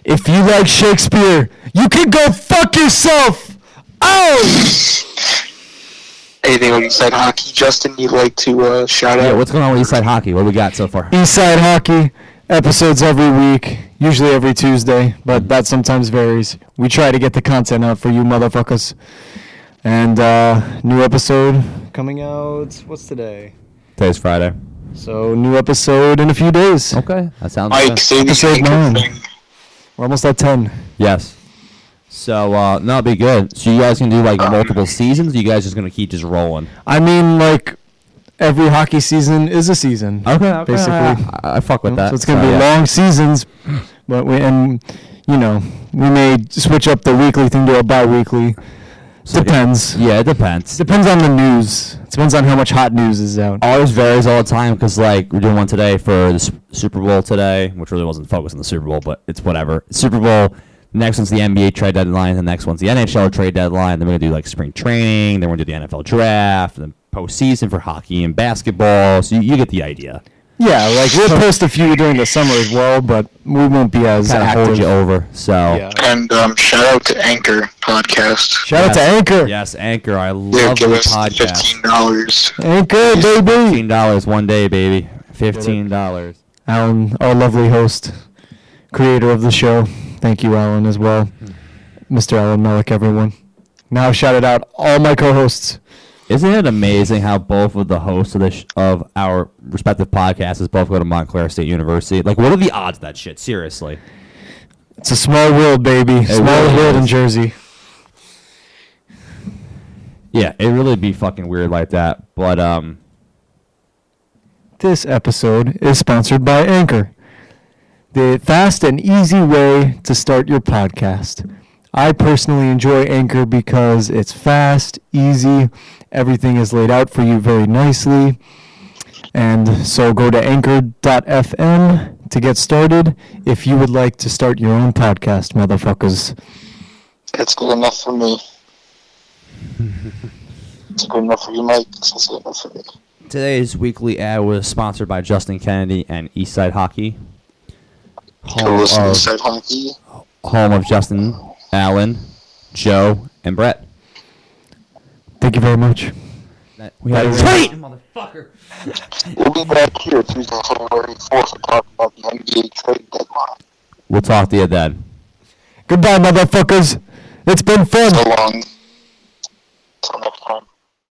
C: if you like Shakespeare, you can go fuck yourself. Oh,
B: Anything like inside hockey, Justin? You'd like to uh, shout
A: yeah
B: out?
A: what's going on with east side hockey what we got so far
C: Eastside Hockey episodes every week, usually every Tuesday, but that sometimes varies. We try to get the content out for you motherfuckers. And uh, new episode,
D: Coming out, what's today?
A: today's friday
C: so new episode in a few days.
A: okay that sounds
B: Mike,
A: good.
B: say the
C: Episode
B: secret
C: nine.
B: thing.
C: We're almost at ten.
A: Yes. So uh, no, it'd be good. So you guys can do like multiple seasons. Or you guys just gonna keep just rolling.
C: I mean, like every hockey season is a season. basically.
A: I, I fuck with that.
C: So it's gonna be
A: yeah.
C: long seasons, but we and you know we may switch up the weekly thing to a bi-weekly.
A: So it-
C: Depends.
A: Yeah, it depends.
C: Depends on the news. Depends on how much hot news is out.
A: Ours varies all the time because like we're doing one today for the S- Super Bowl today, which really wasn't focused on the Super Bowl, but it's whatever. Super Bowl. Next one's the NBA trade deadline. The next one's the NHL trade deadline. Then we're gonna do like spring training. Then we're gonna do the NFL draft. Then postseason for hockey and basketball. So you, you get the idea.
C: Yeah, like we'll post a few during the summer as well, but we won't be as
A: Kind of hold
C: active.
A: you over. So
B: And um, shout out to Anchor Podcast.
C: Shout out to Anchor.
A: Yes, Anchor. I
B: They
A: love
B: give
A: the
B: us
A: podcast.
B: fifteen dollars.
C: Anchor, baby.
A: Fifteen dollars one day, baby. Fifteen dollars.
C: Alan, our lovely host, creator of the show. Thank you, Alan, as well.
A: Hmm.
C: Mr. Alan Melick, everyone. Now shouted out all my co-hosts.
A: Isn't it amazing how both of the hosts of the sh- of our respective podcasts both go to Montclair State University? Like, what are the odds of that shit? Seriously,
C: It's a small world, baby. small
A: really
C: world in
A: is.
C: Jersey.
A: yeah, it really be fucking weird like that. But um,
C: This episode is sponsored by Anchor, the fast and easy way to start your podcast. I personally enjoy Anchor because it's fast, easy, everything is laid out for you very nicely. And so go to anchor.fm to get started if you would like to start your own podcast, motherfuckers.
B: That's good enough for me.
A: [laughs]
B: It's good enough for you, Mike. That's good enough for me.
A: today's weekly ad was sponsored by Justin Kennedy and Eastside Hockey,
B: Go
A: home
B: listen to
A: of,
B: Side Hockey.
A: home of Justin, Alan, Joe, and Brett.
C: Thank you very much.
A: We had a-
B: We'll be back here Tuesday, February 4th to talk about the NBA trade deadline.
A: We'll talk to you then.
C: Goodbye, motherfuckers. It's been fun.
B: So long. Till next time.